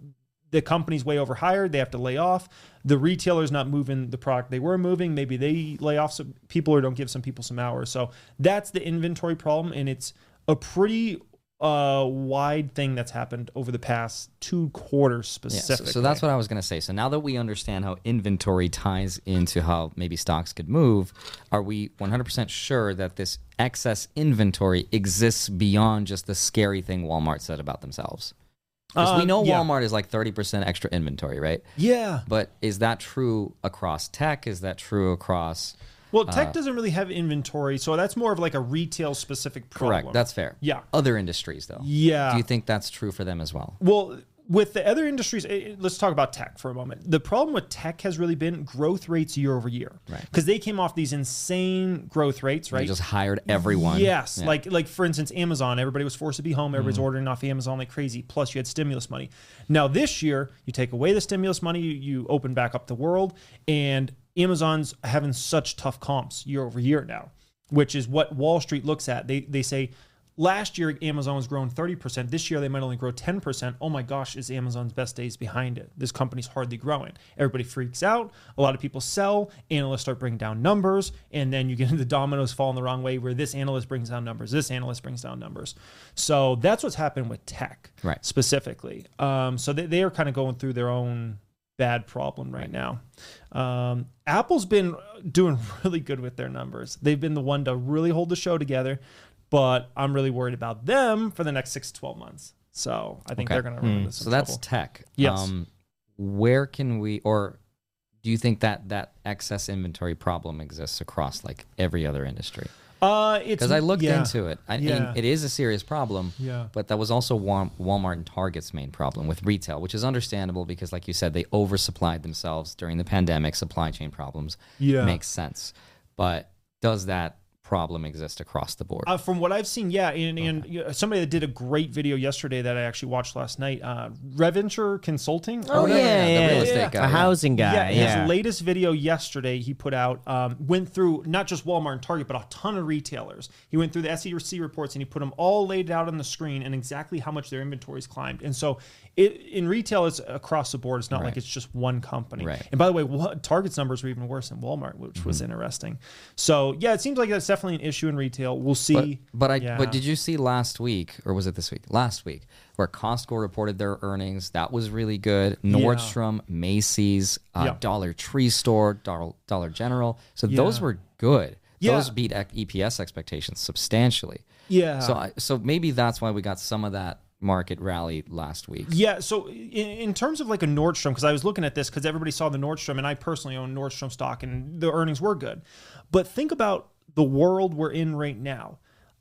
S4: the company's way overhired. They have to lay off. The retailer's not moving the product they were moving. Maybe they lay off some people or don't give some people some hours. So that's the inventory problem, and it's a pretty uh, wide thing that's happened over the past two quarters
S5: Yeah, so,
S4: specifically.
S5: so that's what I was going to say. So now that we understand how inventory ties into how maybe stocks could move, are we 100% sure that this excess inventory exists beyond just the scary thing Walmart said about themselves? Because we
S4: Um,
S5: know
S4: yeah. Uh-huh.
S5: Walmart is like 30% extra inventory, right?
S4: Yeah.
S5: But is that true across tech? Is that true across.
S4: Well, tech
S5: Uh,
S4: doesn't really have inventory, so that's more of like a retail specific problem.
S5: Correct. That's fair.
S4: Yeah.
S5: Other industries, though.
S4: Yeah.
S5: Do you think that's true for them as well?
S4: Well, with the other industries, eh, eh, let's talk about tech for a moment. The problem with tech has really been growth rates year over year,
S5: Right.
S4: Because they came off these insane growth rates, right?
S5: They just hired everyone.
S4: Yes,
S5: Yeah. Mm-hmm.
S4: like like for instance, Amazon. Everybody was forced to be home. Everybody's ordering off Amazon like crazy. Plus, you had stimulus money. Now this year, you take away the stimulus money, you, you open back up the world, and Amazon's having such tough comps year over year now, which is what Wall Street looks at. They they say. Last year, Amazon was growing 30%. This year, they might only grow 10%. Oh my gosh, is Amazon's best days behind it? This company's hardly growing. Everybody freaks out. A lot of people sell. Analysts start bringing down numbers. And then you get into the dominoes falling the wrong way where this analyst brings down numbers, this analyst brings down numbers. So that's what's happened with tech
S5: Right.
S4: specifically. Um, so they, they are kind of going through their own bad problem right, now. Um, Apple's been doing really good with their numbers. They've been the one to really hold the show together, but I'm really worried about them for the next six to 12 months. So I think
S5: Okay. Hmm.
S4: they're going to run into some
S5: So that's
S4: trouble.
S5: tech. Um,
S4: Yes.
S5: where can we, or do you think that that excess inventory problem exists across like every other industry?
S4: uh, it's-
S5: Because I looked
S4: yeah.
S5: into it. I
S4: Yeah.
S5: mean, it is a serious problem.
S4: Yeah.
S5: But that was also Wal- Walmart and Target's main problem with retail, which is understandable because, like you said, they oversupplied themselves during the pandemic. Supply chain problems.
S4: Yeah.
S5: Makes sense. But does that problem exist across the board?
S4: Uh, from what I've seen, yeah, and, and you know, somebody that did a great video yesterday that I actually watched last night, uh, Reventure Consulting.
S3: Oh, yeah, yeah,
S5: the real
S3: yeah.
S5: estate guy.
S3: A housing guy.
S4: Yeah,
S3: Yeah,
S4: his latest video yesterday he put out um, went through not just Walmart and Target, but a ton of retailers. He went through the SEC reports and he put them all laid out on the screen and exactly how much their inventories climbed. And so, it, in retail, it's across the board. It's not like it's just one company.
S5: Right. Mm-hmm.
S4: And by the way, what, Target's numbers were even worse than Walmart, which was interesting. So yeah, it seems like that's definitely an issue in retail. We'll see.
S5: But, but I
S4: Yeah.
S5: but did you see last week or was it this week? Last week where Costco reported their earnings. That was really good. Nordstrom, Macy's, uh,
S4: Yeah.
S5: Dollar Tree store, Dollar, Dollar General. So those
S4: Yeah.
S5: were good.
S4: Yeah.
S5: Those beat ec- EPS expectations substantially.
S4: Yeah.
S5: So I, so maybe that's why we got some of that market rally last week.
S4: Yeah. So in, in terms of like a Nordstrom, because I was looking at this because everybody saw the Nordstrom, and I personally own Nordstrom stock, and the earnings were good. But think about the world we're in right now.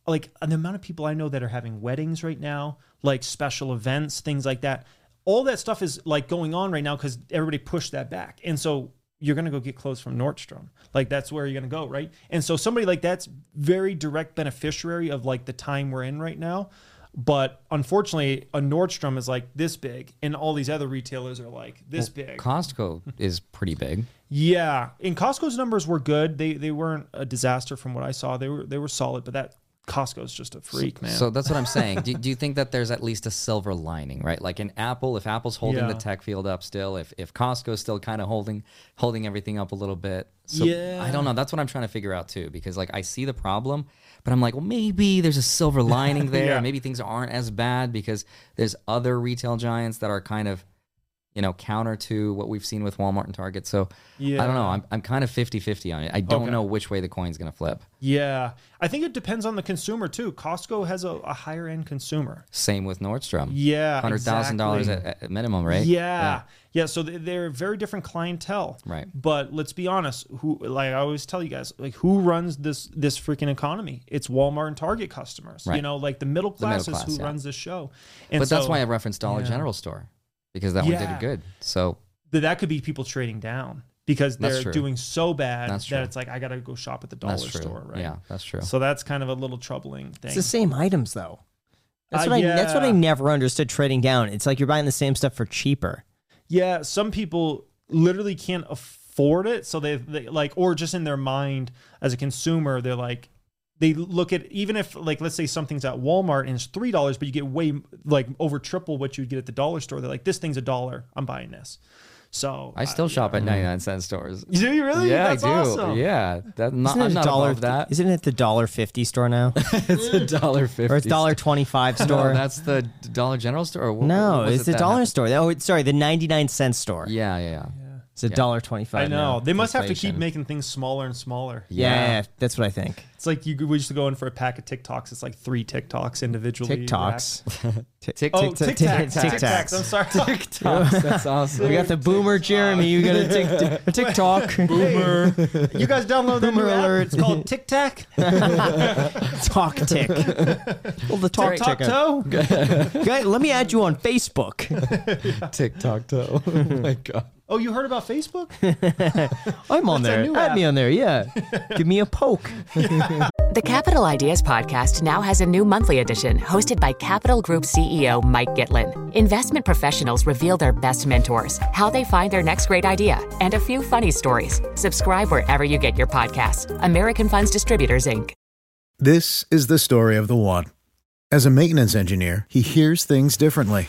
S4: Like the amount of people I know that are having weddings right now, like special events, things like that. All that stuff is like going on right now because everybody pushed that back. And so you're going to go get clothes from Nordstrom. Like that's where you're going to go, right? And so somebody like that's very direct beneficiary of like the time we're in right now. But unfortunately, a Nordstrom is like this big, and all these other retailers are like this big.
S5: Costco is pretty big.
S4: yeah, and Costco's numbers were good. They they weren't a disaster from what I saw. They were they were solid, but that Costco's just a freak, man.
S5: So that's what I'm saying. do, do you think that there's at least a silver lining, right? Like in Apple, if Apple's holding the
S4: Yeah.
S5: tech field up still, if if Costco's still kind of holding holding everything up a little bit. So
S4: Yeah.
S5: I don't know. That's what I'm trying to figure out too, because like I see the problem, but I'm like, well, maybe there's a silver lining there.
S4: Yeah.
S5: Maybe things aren't as bad because there's other retail giants that are kind of you know, counter to what we've seen with Walmart and Target. So I don't know. I'm, I'm kind of 50 50 on it. I don't
S4: Okay.
S5: know which way the coin's going to flip.
S4: yeah, I think it depends on the consumer too. Costco has a, a higher end consumer.
S5: Same with Nordstrom.
S4: Yeah,
S5: hundred thousand dollars
S4: Uh, exactly.
S5: at, at minimum, right?
S4: Yeah. yeah. so th- they're a very different clientele.
S5: Right.
S4: But let's be honest, who like I always tell you guys, like who runs this this freaking economy? It's Walmart and Target customers. You
S5: Right.
S4: know, like the middle class
S5: middle
S4: is
S5: class,
S4: who
S5: yeah.
S4: runs this show. And
S5: But that's
S4: so
S5: why I referenced Dollar
S4: yeah.
S5: General store because that one
S4: Yeah.
S5: did good. So
S4: th- that could be people trading down because
S5: That's
S4: they're
S5: true.
S4: doing so bad
S5: That's
S4: that
S5: true.
S4: it's like I got to go shop at the dollar
S5: that's true.
S4: store, right?
S5: Yeah, that's true.
S4: So that's kind of a little troubling thing.
S3: It's the same items though. That's
S4: Uh,
S3: what I. That's what I
S4: yeah.
S3: never understood trading down. It's like you're buying the same stuff for cheaper.
S4: Yeah, some people literally can't afford it, so they, they like, or just in their mind as a consumer, they're like, they look at even if like let's say something's at Walmart and it's three dollars, but you get way like over triple what you would get at the dollar store. They're like, this thing's a dollar, I'm buying this. So
S5: I still shop at ninety nine cent stores.
S4: You do you uh, really?
S5: Yeah,
S4: That's
S5: I do.
S4: awesome.
S5: Yeah, that, not,
S3: Isn't it
S5: I'm
S3: a
S5: not
S3: dollar,
S5: above that.
S3: Isn't it the dollar fifty store now,
S5: it's a dollar fifty.
S3: or it's dollar twenty five store?
S5: No, that's the Dollar General store. or what-
S3: No,
S5: what was
S3: it's
S5: it
S3: the
S5: that
S3: dollar
S5: happened?
S3: store. Oh, it's- sorry, the ninety nine cent store.
S5: Yeah, yeah, yeah.
S3: It's a dollar twenty five.
S4: I know. They must have to keep
S5: Inflation.
S4: making things smaller and smaller.
S3: Yeah, yeah, yeah, that's what I think.
S4: It's like you we used to go in for a pack of TikToks. It's like three TikToks individually. racked.
S3: TikToks. Tic-
S5: Tic-
S4: Oh,
S3: tic-
S4: Tic
S3: tic-
S4: Tacs. Tic Tacs. I'm sorry.
S5: TikToks. That's awesome.
S3: We got the boomer Jeremy. You got a tic- tic- TikTok.
S4: Boomer. you guys download the
S3: Boomer
S4: new
S3: alert.
S4: alert. It's called Tic Tac.
S3: Talk tick. Well, the talk
S4: Talk
S3: tick.
S4: toe.
S3: Guy, let me add you on Facebook.
S5: TikTok toe. oh my god.
S4: Oh, you heard about Facebook?
S3: I'm on
S4: That's a
S3: there.
S4: new
S3: Add
S4: app.
S3: me on there. Yeah. Give me a poke.
S7: The Capital Ideas Podcast now has a new monthly edition hosted by Capital Group CEO Mike Gitlin. Investment professionals reveal their best mentors, how they find their next great idea, and a few funny stories. Subscribe wherever you get your podcasts. American Funds Distributors, Inc.
S8: This is the story of the one. As a maintenance engineer, he hears things differently.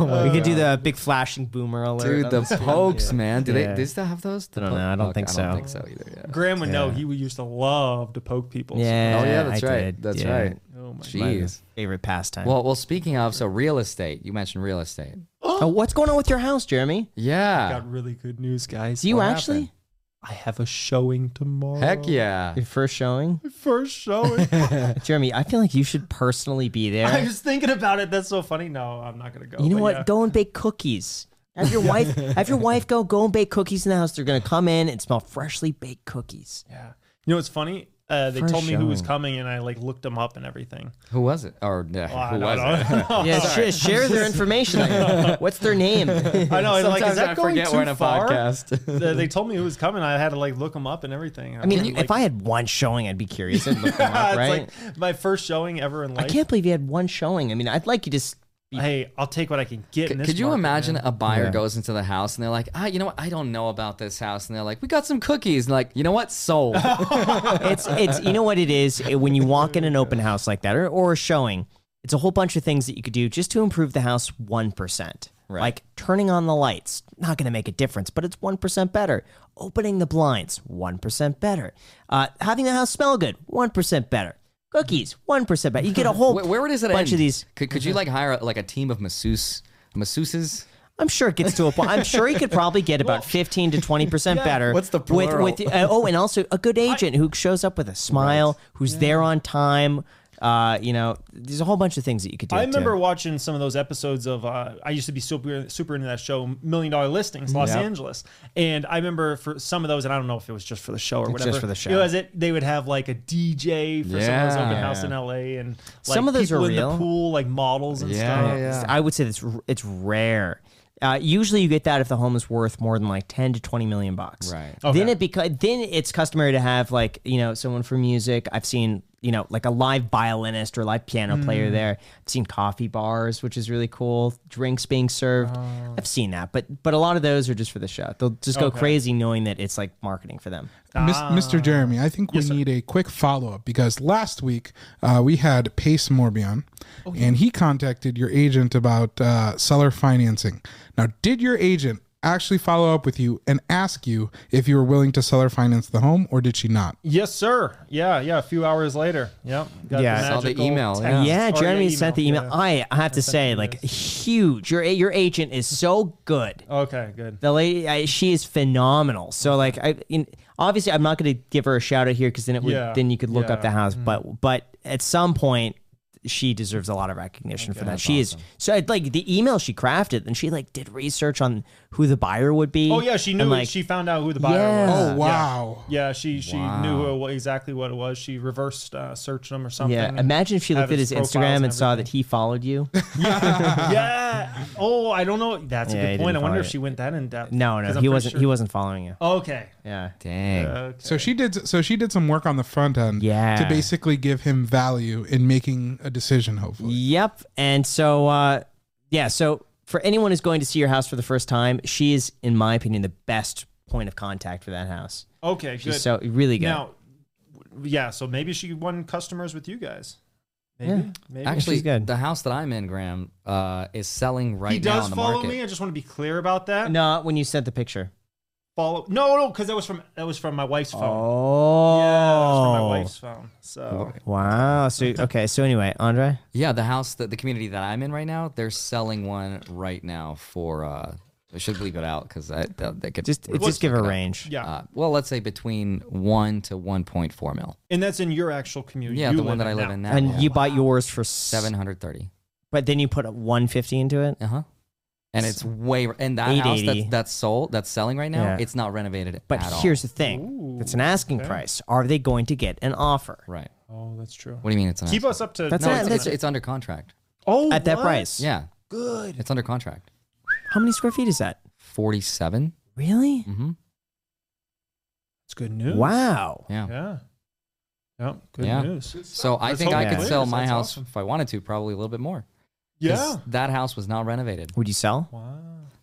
S3: we could do the big flashing boomer alert.
S5: Oh Dude,
S3: on
S5: the
S3: this one.
S5: pokes,
S3: Yeah.
S5: man. Do
S3: Yeah.
S5: they? Do they still have those? The
S3: I don't know. I don't
S5: poke?
S3: think
S5: I don't
S3: so.
S5: think so either. Yeah.
S4: Graham would know.
S3: Yeah.
S4: He would- used to love to poke people. so-
S3: Yeah.
S5: Oh yeah, that's
S3: I
S5: right.
S3: did.
S5: That's
S3: Yeah.
S5: right.
S4: Oh my.
S3: My
S5: Jeez.
S3: favorite pastime.
S5: Well, well. Speaking of, so real estate. You mentioned real estate.
S3: oh, what's going on with your house, Jeremy?
S5: Yeah.
S4: Got really good news, guys.
S3: Ah. Do you
S5: What
S3: actually?
S5: happened?
S4: I have a showing tomorrow.
S5: Heck yeah.
S3: Your first showing? Uh,
S4: First showing.
S3: Jeremy, I feel like you should personally be there.
S4: I was thinking about it. That's so funny. No, I'm not gonna go.
S3: You know
S4: but
S3: what?
S4: yeah.
S3: Go and bake cookies. Have your wife have your wife go go and bake cookies in the house. They're gonna come in and smell freshly baked cookies.
S4: Yeah. You know what's funny? Uh, they
S3: First
S4: told me who was
S3: showing.
S4: coming, and I like looked them up and everything.
S5: Who was it? Or no,
S4: Oh, I
S5: who
S4: don't
S5: was it?
S4: know.
S3: Yeah, share, share their information. Like, What's their name?
S4: I know. and, like,
S5: Sometimes
S4: is that
S5: I
S4: going
S5: forget
S4: too
S5: we're in a
S4: far?
S5: podcast.
S4: they, they told me who was coming. I had to like look them up and everything.
S3: I mean,
S4: was like,
S3: if I had one showing, I'd be curious. I'd look them
S4: it's
S3: up, right?
S4: like my first showing ever in
S3: I
S4: life.
S3: can't believe you had one showing. I mean, I'd like you to s-
S4: hey, I'll take what I can get. in
S5: C-
S4: this
S5: Could you
S4: market,
S5: imagine
S4: man.
S5: a buyer goes into the house and they're like, ah, you know what? I don't know about this house. And they're like, we got some cookies. And like, you know what? Sold.
S4: Oh,
S3: it's it's you know what it is It- when you walk in an open house like that or, or a showing it's a whole bunch of things that you could do just to improve the house 1% like turning on the lights not going to make a difference but it's 1% better opening the blinds 1% better uh, having the house smell good 1% better cookies 1% better you get a whole
S5: where, where does it
S3: bunch
S5: end?
S3: of these
S5: Could, could you like hire like a team of masseuse, masseuses?
S3: I'm sure it gets to a point. I'm sure he could probably get about 15 to 20 percent better.
S5: What's the
S3: with,
S5: plural?
S3: with uh, Oh, and also a good agent who shows up with a smile, who's there on time. Uh, you know, there's a whole bunch of things that you could do.
S4: I
S3: to-
S4: remember watching some of those episodes of. Uh, I used to be super super into that show, Million Dollar Listings, Los Angeles, and I remember for some of those, and I don't know if it was just for the show or whatever.
S3: for the show.
S4: It was it. They would have like a DJ for some of those open
S5: Yeah.
S4: house in LA, and like
S3: Some of those
S4: people
S3: are
S4: in
S3: real.
S4: the pool, like models and stuff.
S3: I would say that's r- it's rare. Uh, usually, you get that if the home is worth more than like ten to twenty million bucks.
S5: Right.
S3: Then it beca- then it's customary to have like you know someone for music. I've seen you know like a live violinist or live piano player there. I've seen coffee bars, which is really cool. Drinks being served. I've seen that, but but a lot of those are just for the show. They'll just go crazy knowing that it's like marketing for them.
S6: Mis-
S4: Ah.
S6: Mr. Jeremy, I think we need a quick follow up because last week uh, we had Pace Morbion,
S4: Oh,
S6: and he contacted your agent about uh, seller financing. Now, did your agent actually follow up with you and ask you if you were willing to seller finance the home, or did she not?
S4: Yes, sir. Yeah, yeah. A few hours later. Yep. Got
S3: Yeah.
S4: the
S5: Saw the
S4: magical
S5: email,
S4: text.
S5: Yeah.
S3: Yeah,
S4: Or,
S3: Jeremy
S4: email,
S3: sent the email.
S4: yeah.
S3: I I have to say, like huge. Your a- your agent is so good.
S4: Okay, good.
S3: The lady, I, she is phenomenal. So like, I in, obviously I'm not going to give her a shout out here because then it would
S4: Yeah,
S3: then you could look up
S4: yeah. Mm-hmm.
S3: the house. But but at some point, she deserves a lot of recognition for that. She is so I'd like the email she crafted, and she like did research on who the buyer would be.
S4: Oh yeah, she knew.
S3: and, like,
S4: she found out who the buyer
S3: Yeah.
S4: was.
S6: Oh, wow.
S4: Yeah, yeah she she knew who it wa- exactly what it was. She reversed uh, searched him or something.
S3: yeah. Imagine if she
S4: Have
S3: looked at his
S4: profiles
S3: Instagram and, saw that
S4: everything.
S3: he followed you.
S4: yeah. Oh, I don't know. That's
S3: Yeah,
S4: a
S3: he
S4: good point. I
S3: didn't
S4: wonder if
S3: follow
S4: she went that in depth.
S3: No,
S4: 'Cause
S3: no,
S4: I'm
S3: he
S4: pretty
S3: wasn't.
S4: sure-
S3: He wasn't following you.
S4: Okay.
S3: Yeah.
S5: Dang.
S4: okay.
S6: So she did. So she did some work on the front end,
S3: Yeah.
S6: to basically give him value in making a decision. Hopefully,
S3: Yep. And so, uh, yeah. So for anyone who's going to see your house for the first time, she is, in my opinion, the best point of contact for that house.
S4: Okay. Good.
S3: She's so really good.
S4: now, w- yeah. So maybe she won customers with you guys. Maybe.
S3: Yeah.
S4: Maybe.
S5: Actually,
S3: She's good.
S5: the house that I'm in, Graham, uh, is selling right
S4: he
S5: now
S4: does
S5: on the
S4: follow
S5: market.
S4: me. I just want to be clear about that.
S3: no, when you sent the picture.
S4: Follow. No, no, because that was from that was from my wife's phone.
S3: Oh.
S4: Yeah, that was from my wife's phone. So.
S3: Wow. So okay. So anyway, Andre.
S5: Yeah, the house that the community that I'm in right now, they're selling one right now for. Uh, I should bleep it out because I that, that could
S3: Just just give a range.
S4: Yeah.
S5: Uh, well, let's say between one to one point four mil.
S4: And that's in your actual community.
S5: Yeah,
S4: you
S5: the one that I live in now.
S3: And you bought yours for
S5: seven
S3: seven,
S5: hundred thirty.
S3: but then you put one fifty into it.
S5: Uh huh. And it's way and that house
S3: 880.
S5: that's that's sold that's selling right now.
S3: Yeah.
S5: It's not renovated.
S3: But
S5: at all.
S3: here's the thing: it's an asking price. Are they going to get an offer
S5: right.
S4: Oh, that's true.
S5: What do you mean? It's an
S4: Keep
S5: asshole?
S4: us up to.
S3: That's
S5: No,
S3: not-
S5: it's,
S3: that's-
S5: it's, it's under contract.
S4: oh,
S3: at that
S4: what?
S3: price?
S5: Yeah,
S4: Good.
S5: it's under contract.
S3: How many square feet is that?
S5: Forty-seven.
S3: Really?
S5: Mm-hmm.
S4: It's good news.
S3: Wow.
S5: Yeah.
S4: Yeah. Yep. Good
S5: Yeah.
S4: news.
S5: So I
S4: That's
S5: think
S4: all
S5: I
S3: it
S5: could
S3: is.
S5: sell my
S4: That's
S5: house
S4: awesome.
S5: if I wanted to, probably a little bit more. 'Cause
S4: Yeah.
S5: That house was not renovated.
S3: Would you sell?
S4: Wow.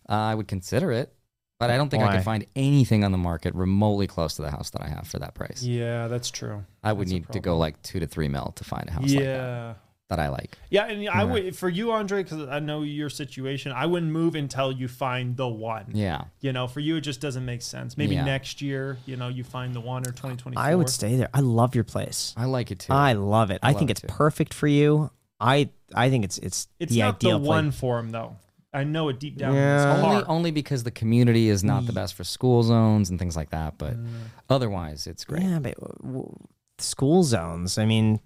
S5: Uh, I would consider it, but I don't think I
S3: Why?
S5: could find anything on the market remotely close to the house that I have for that price.
S4: Yeah, that's true.
S5: I would
S4: That's a
S5: need to
S4: problem.
S5: go like two to three mil to find a house like that,
S4: Yeah.
S5: that I like.
S4: yeah, and I would for you, Andre, because I know your situation. I wouldn't move until you find the one.
S5: Yeah.
S4: You know, for you, it just doesn't make sense. Maybe
S5: Yeah.
S4: next year, you know, you find the one or 2024.
S3: I would stay there. I love your place.
S5: I like it too.
S3: I love it. I,
S5: love
S3: think
S5: it
S3: it's
S5: too.
S3: perfect for you. I I think it's it's,
S4: It's
S3: the
S4: not the
S3: ideal place.
S4: one for him, though. I know it deep down.
S3: Yeah.
S4: It's
S5: only,
S4: hard.
S5: only because the community is not the best for school zones and things like that, but otherwise it's great.
S3: Mm. Yeah, but w- w- school zones. I mean,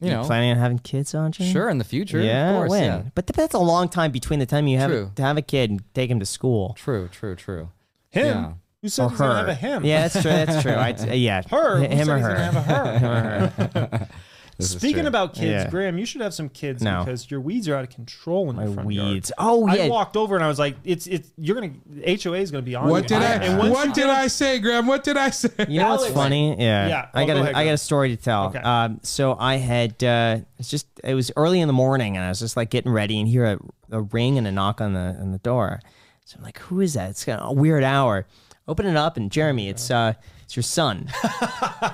S5: You
S3: you
S5: know,
S3: are planning on having kids, aren't you?
S5: sure in the future.
S3: yeah,
S5: of course,
S3: when?
S5: yeah.
S3: But th- that's a long time between the time you have
S5: True.
S3: to have a kid and take him to school
S5: True, true, true.
S4: him.
S5: Yeah.
S4: Who said
S3: or
S4: he's gonna
S3: her.
S4: have a him?
S3: Yeah, that's true. That's true. I, yeah,
S4: Her.
S3: H-
S4: Who
S3: him
S4: said
S3: or
S4: he's
S3: her.
S4: gonna have a her?
S3: Him or her.
S5: This is
S4: Speaking
S5: true.
S4: about kids,
S3: Yeah.
S4: Graham, you should have some kids
S3: No.
S4: because your weeds are out of control in
S3: My
S4: your front
S3: weeds.
S4: yard.
S3: Oh
S4: I
S3: yeah.
S4: walked over and I was like, "It's it's you're gonna HOA is gonna be on."
S6: What
S4: you.
S6: did I?
S4: And once you
S6: What did
S4: it-
S6: I say, Graham? What did I say?
S3: You know what's
S4: Alex-
S3: funny? Yeah.
S4: Yeah.
S3: I
S4: Oh,
S3: got
S4: go
S3: a,
S4: ahead,
S3: I
S4: go.
S3: got a story to tell.
S4: Okay.
S3: Um, so I had uh, it's just it was early in the morning and I was just like getting ready and hear a, a ring and a knock on the on the door. So I'm like, who is that? It's got a weird hour. Open it up and
S4: Oh,
S3: Jeremy, it's uh it's your son.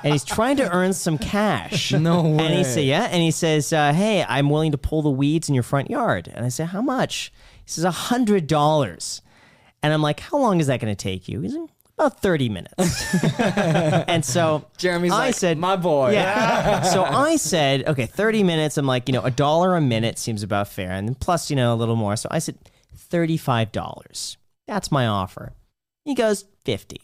S3: and he's trying to earn some cash.
S5: No
S3: And he
S5: way.
S3: said, yeah. And he says, uh, hey, I'm willing to pull the weeds in your front yard. And I said, how much? He says, a hundred dollars. And I'm like, how long is that going to take you? He's like, about 30 minutes. and so
S5: Jeremy's
S3: I
S5: like,
S3: said,
S5: "My boy."
S3: Yeah. so I said, okay, 30 minutes. I'm like, you know, a dollar a minute seems about fair. And then plus, you know, a little more. So I said, $35. That's my offer. He goes, 50.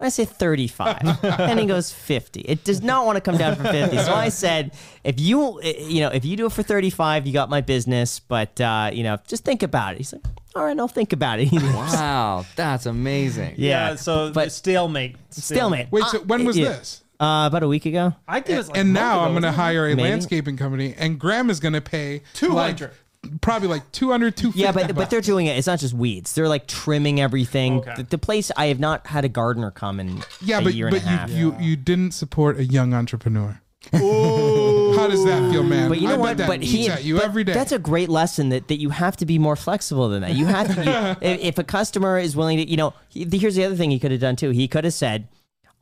S3: I say 35. and he goes 50. It does not want to come down from 50. So I said, if you eh, you know, if you do it for 35, you got my business, but uh, you know, just think about it. He's like, "All right, I'll think about it." He leaves.
S5: Wow, that's amazing.
S4: Yeah,
S3: Yeah.
S4: so
S3: but-
S4: stalemate.
S3: Stalemate.
S6: Wait, so
S3: Uh,
S6: when was
S3: yeah.
S6: this?
S3: Uh, about a week ago.
S4: I think it was like
S6: and
S4: a month
S6: now
S4: ago,
S6: I'm going to
S4: wasn't it?
S6: hire a
S3: Maybe.
S6: landscaping company, and Graham is going to pay
S4: 200.
S6: like, probably like 200, 250
S3: Yeah, but but they're doing it. It's not just weeds. They're like trimming everything.
S4: Okay.
S3: The, the place I have not had a gardener come in
S6: yeah,
S3: a
S6: but,
S3: year and
S6: but
S3: a half.
S6: you, you you didn't support a young entrepreneur. How does that feel, man?
S3: But you know
S6: I bet
S3: what?
S6: That
S3: But
S6: eats
S3: he,
S6: at you
S3: but
S6: every day.
S3: That's a great lesson that, that you have to be more flexible than that. You have to. You, if, if a customer is willing to, you know, he, here's the other thing he could have done too. He could have said,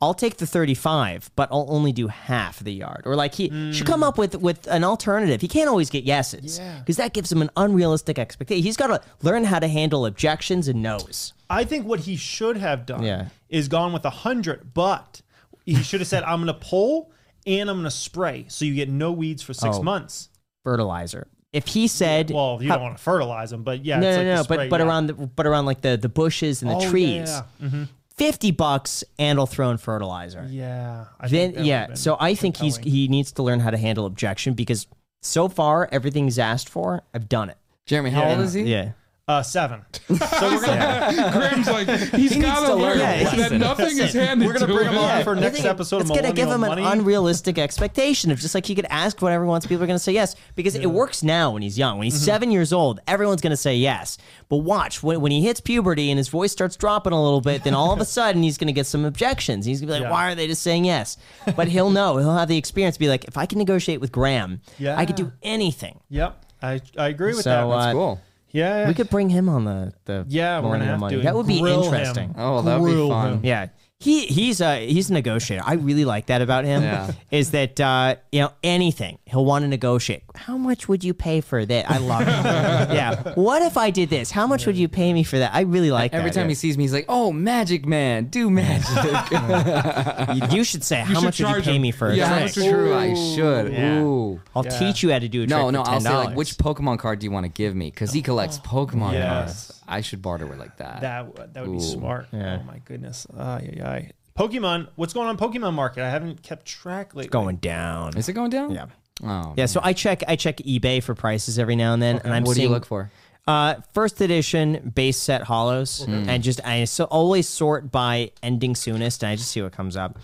S3: "I'll take the 35, but I'll only do half the yard," or like he should come up with with an alternative. He can't always get yeses because that gives him an unrealistic expectation. He's got to learn how to handle objections and nos.
S4: I think what he should have done
S3: Yeah.
S4: is gone with a hundred, but he should have said, "I'm going to pull and I'm going to spray, so you get no weeds for six
S3: Oh.
S4: months."
S3: Fertilizer. If he said,
S4: Well, you
S3: How-
S4: don't want to fertilize them, but yeah,
S3: no, no,
S4: it's like
S3: no,
S4: the spray,
S3: but but
S4: yeah.
S3: around the but around like the the bushes and the
S4: Oh, yeah,
S3: trees.
S4: yeah, mhm.
S3: 50 bucks and I'll throw in fertilizer.
S4: Yeah. I think
S3: Then
S4: that would've
S3: yeah,
S4: been
S3: so I think he's
S4: compelling.
S3: he needs to learn how to handle objection because so far everything he's asked for, I've done it.
S5: Jeremy, how old is he?
S3: Yeah.
S4: uh, seven. So we're gonna
S6: Graham's like he's got
S5: to
S6: to
S5: learn
S6: learn
S3: a
S6: that
S3: lesson.
S6: nothing is handed
S4: we're gonna
S6: to
S4: bring him on
S6: him.
S4: for
S3: I
S4: next
S3: think
S4: episode. of
S3: It's gonna give
S4: Millennial
S3: him
S4: money.
S3: an unrealistic expectation of just like he could ask whatever he wants. People are gonna say yes because it works now when he's young. When
S4: Mm-hmm.
S3: he's seven years old, everyone's gonna say yes. But watch when, when he hits puberty and his voice starts dropping a little bit, then all of a sudden he's gonna get some objections. He's gonna be like, "Why are they just saying yes?" But he'll know. He'll have the experience. to Be like, if I can negotiate with Graham, I could do anything.
S4: Yep, I I agree with
S3: So,
S4: that.
S3: uh,
S5: Cool.
S4: yeah, yeah.
S3: We could bring him on the the
S4: Yeah, we're gonna
S3: Millennial
S4: have
S3: money.
S4: to
S3: That would be
S4: grill him.
S3: interesting.
S5: Oh, that would be fun.
S3: Yeah. He he's a he's a negotiator. I really like that about him.
S5: Yeah.
S3: Is that uh, you know anything he'll want to negotiate? How much would you pay for that? I love it. yeah. What if I did this? How much would you pay me for that? I really like
S5: Every
S3: that.
S5: time he sees me, he's like, "Oh, Magic Man, do magic."
S3: Yeah. you, you should say how
S6: should
S3: much would you
S6: charge
S3: pay
S6: him.
S3: me for
S6: Yeah, how
S3: a
S5: That's
S6: much
S3: trick?
S6: would you-
S5: true. I should.
S3: Yeah.
S5: Ooh.
S3: I'll teach you how to do a trick.
S5: No,
S3: for Oh.
S5: no. I'll say like,
S3: $10.
S5: which Pokemon card do you want to give me? Because he collects Pokemon
S4: Yes.
S5: cards. I should barter with like that.
S4: That w- that would
S5: Ooh.
S4: be smart. Oh my goodness. Ay, ay, ay. Pokemon. What's going on Pokemon market? I haven't kept track lately.
S3: going down.
S5: Is it going down?
S3: Yeah.
S5: Oh.
S3: Yeah. So I check I check eBay for prices every now and then, and I'm
S5: What do
S3: seeing
S5: you look for?
S3: Uh, first edition base set hollows, and just I so always sort by ending soonest, and I just see what comes up.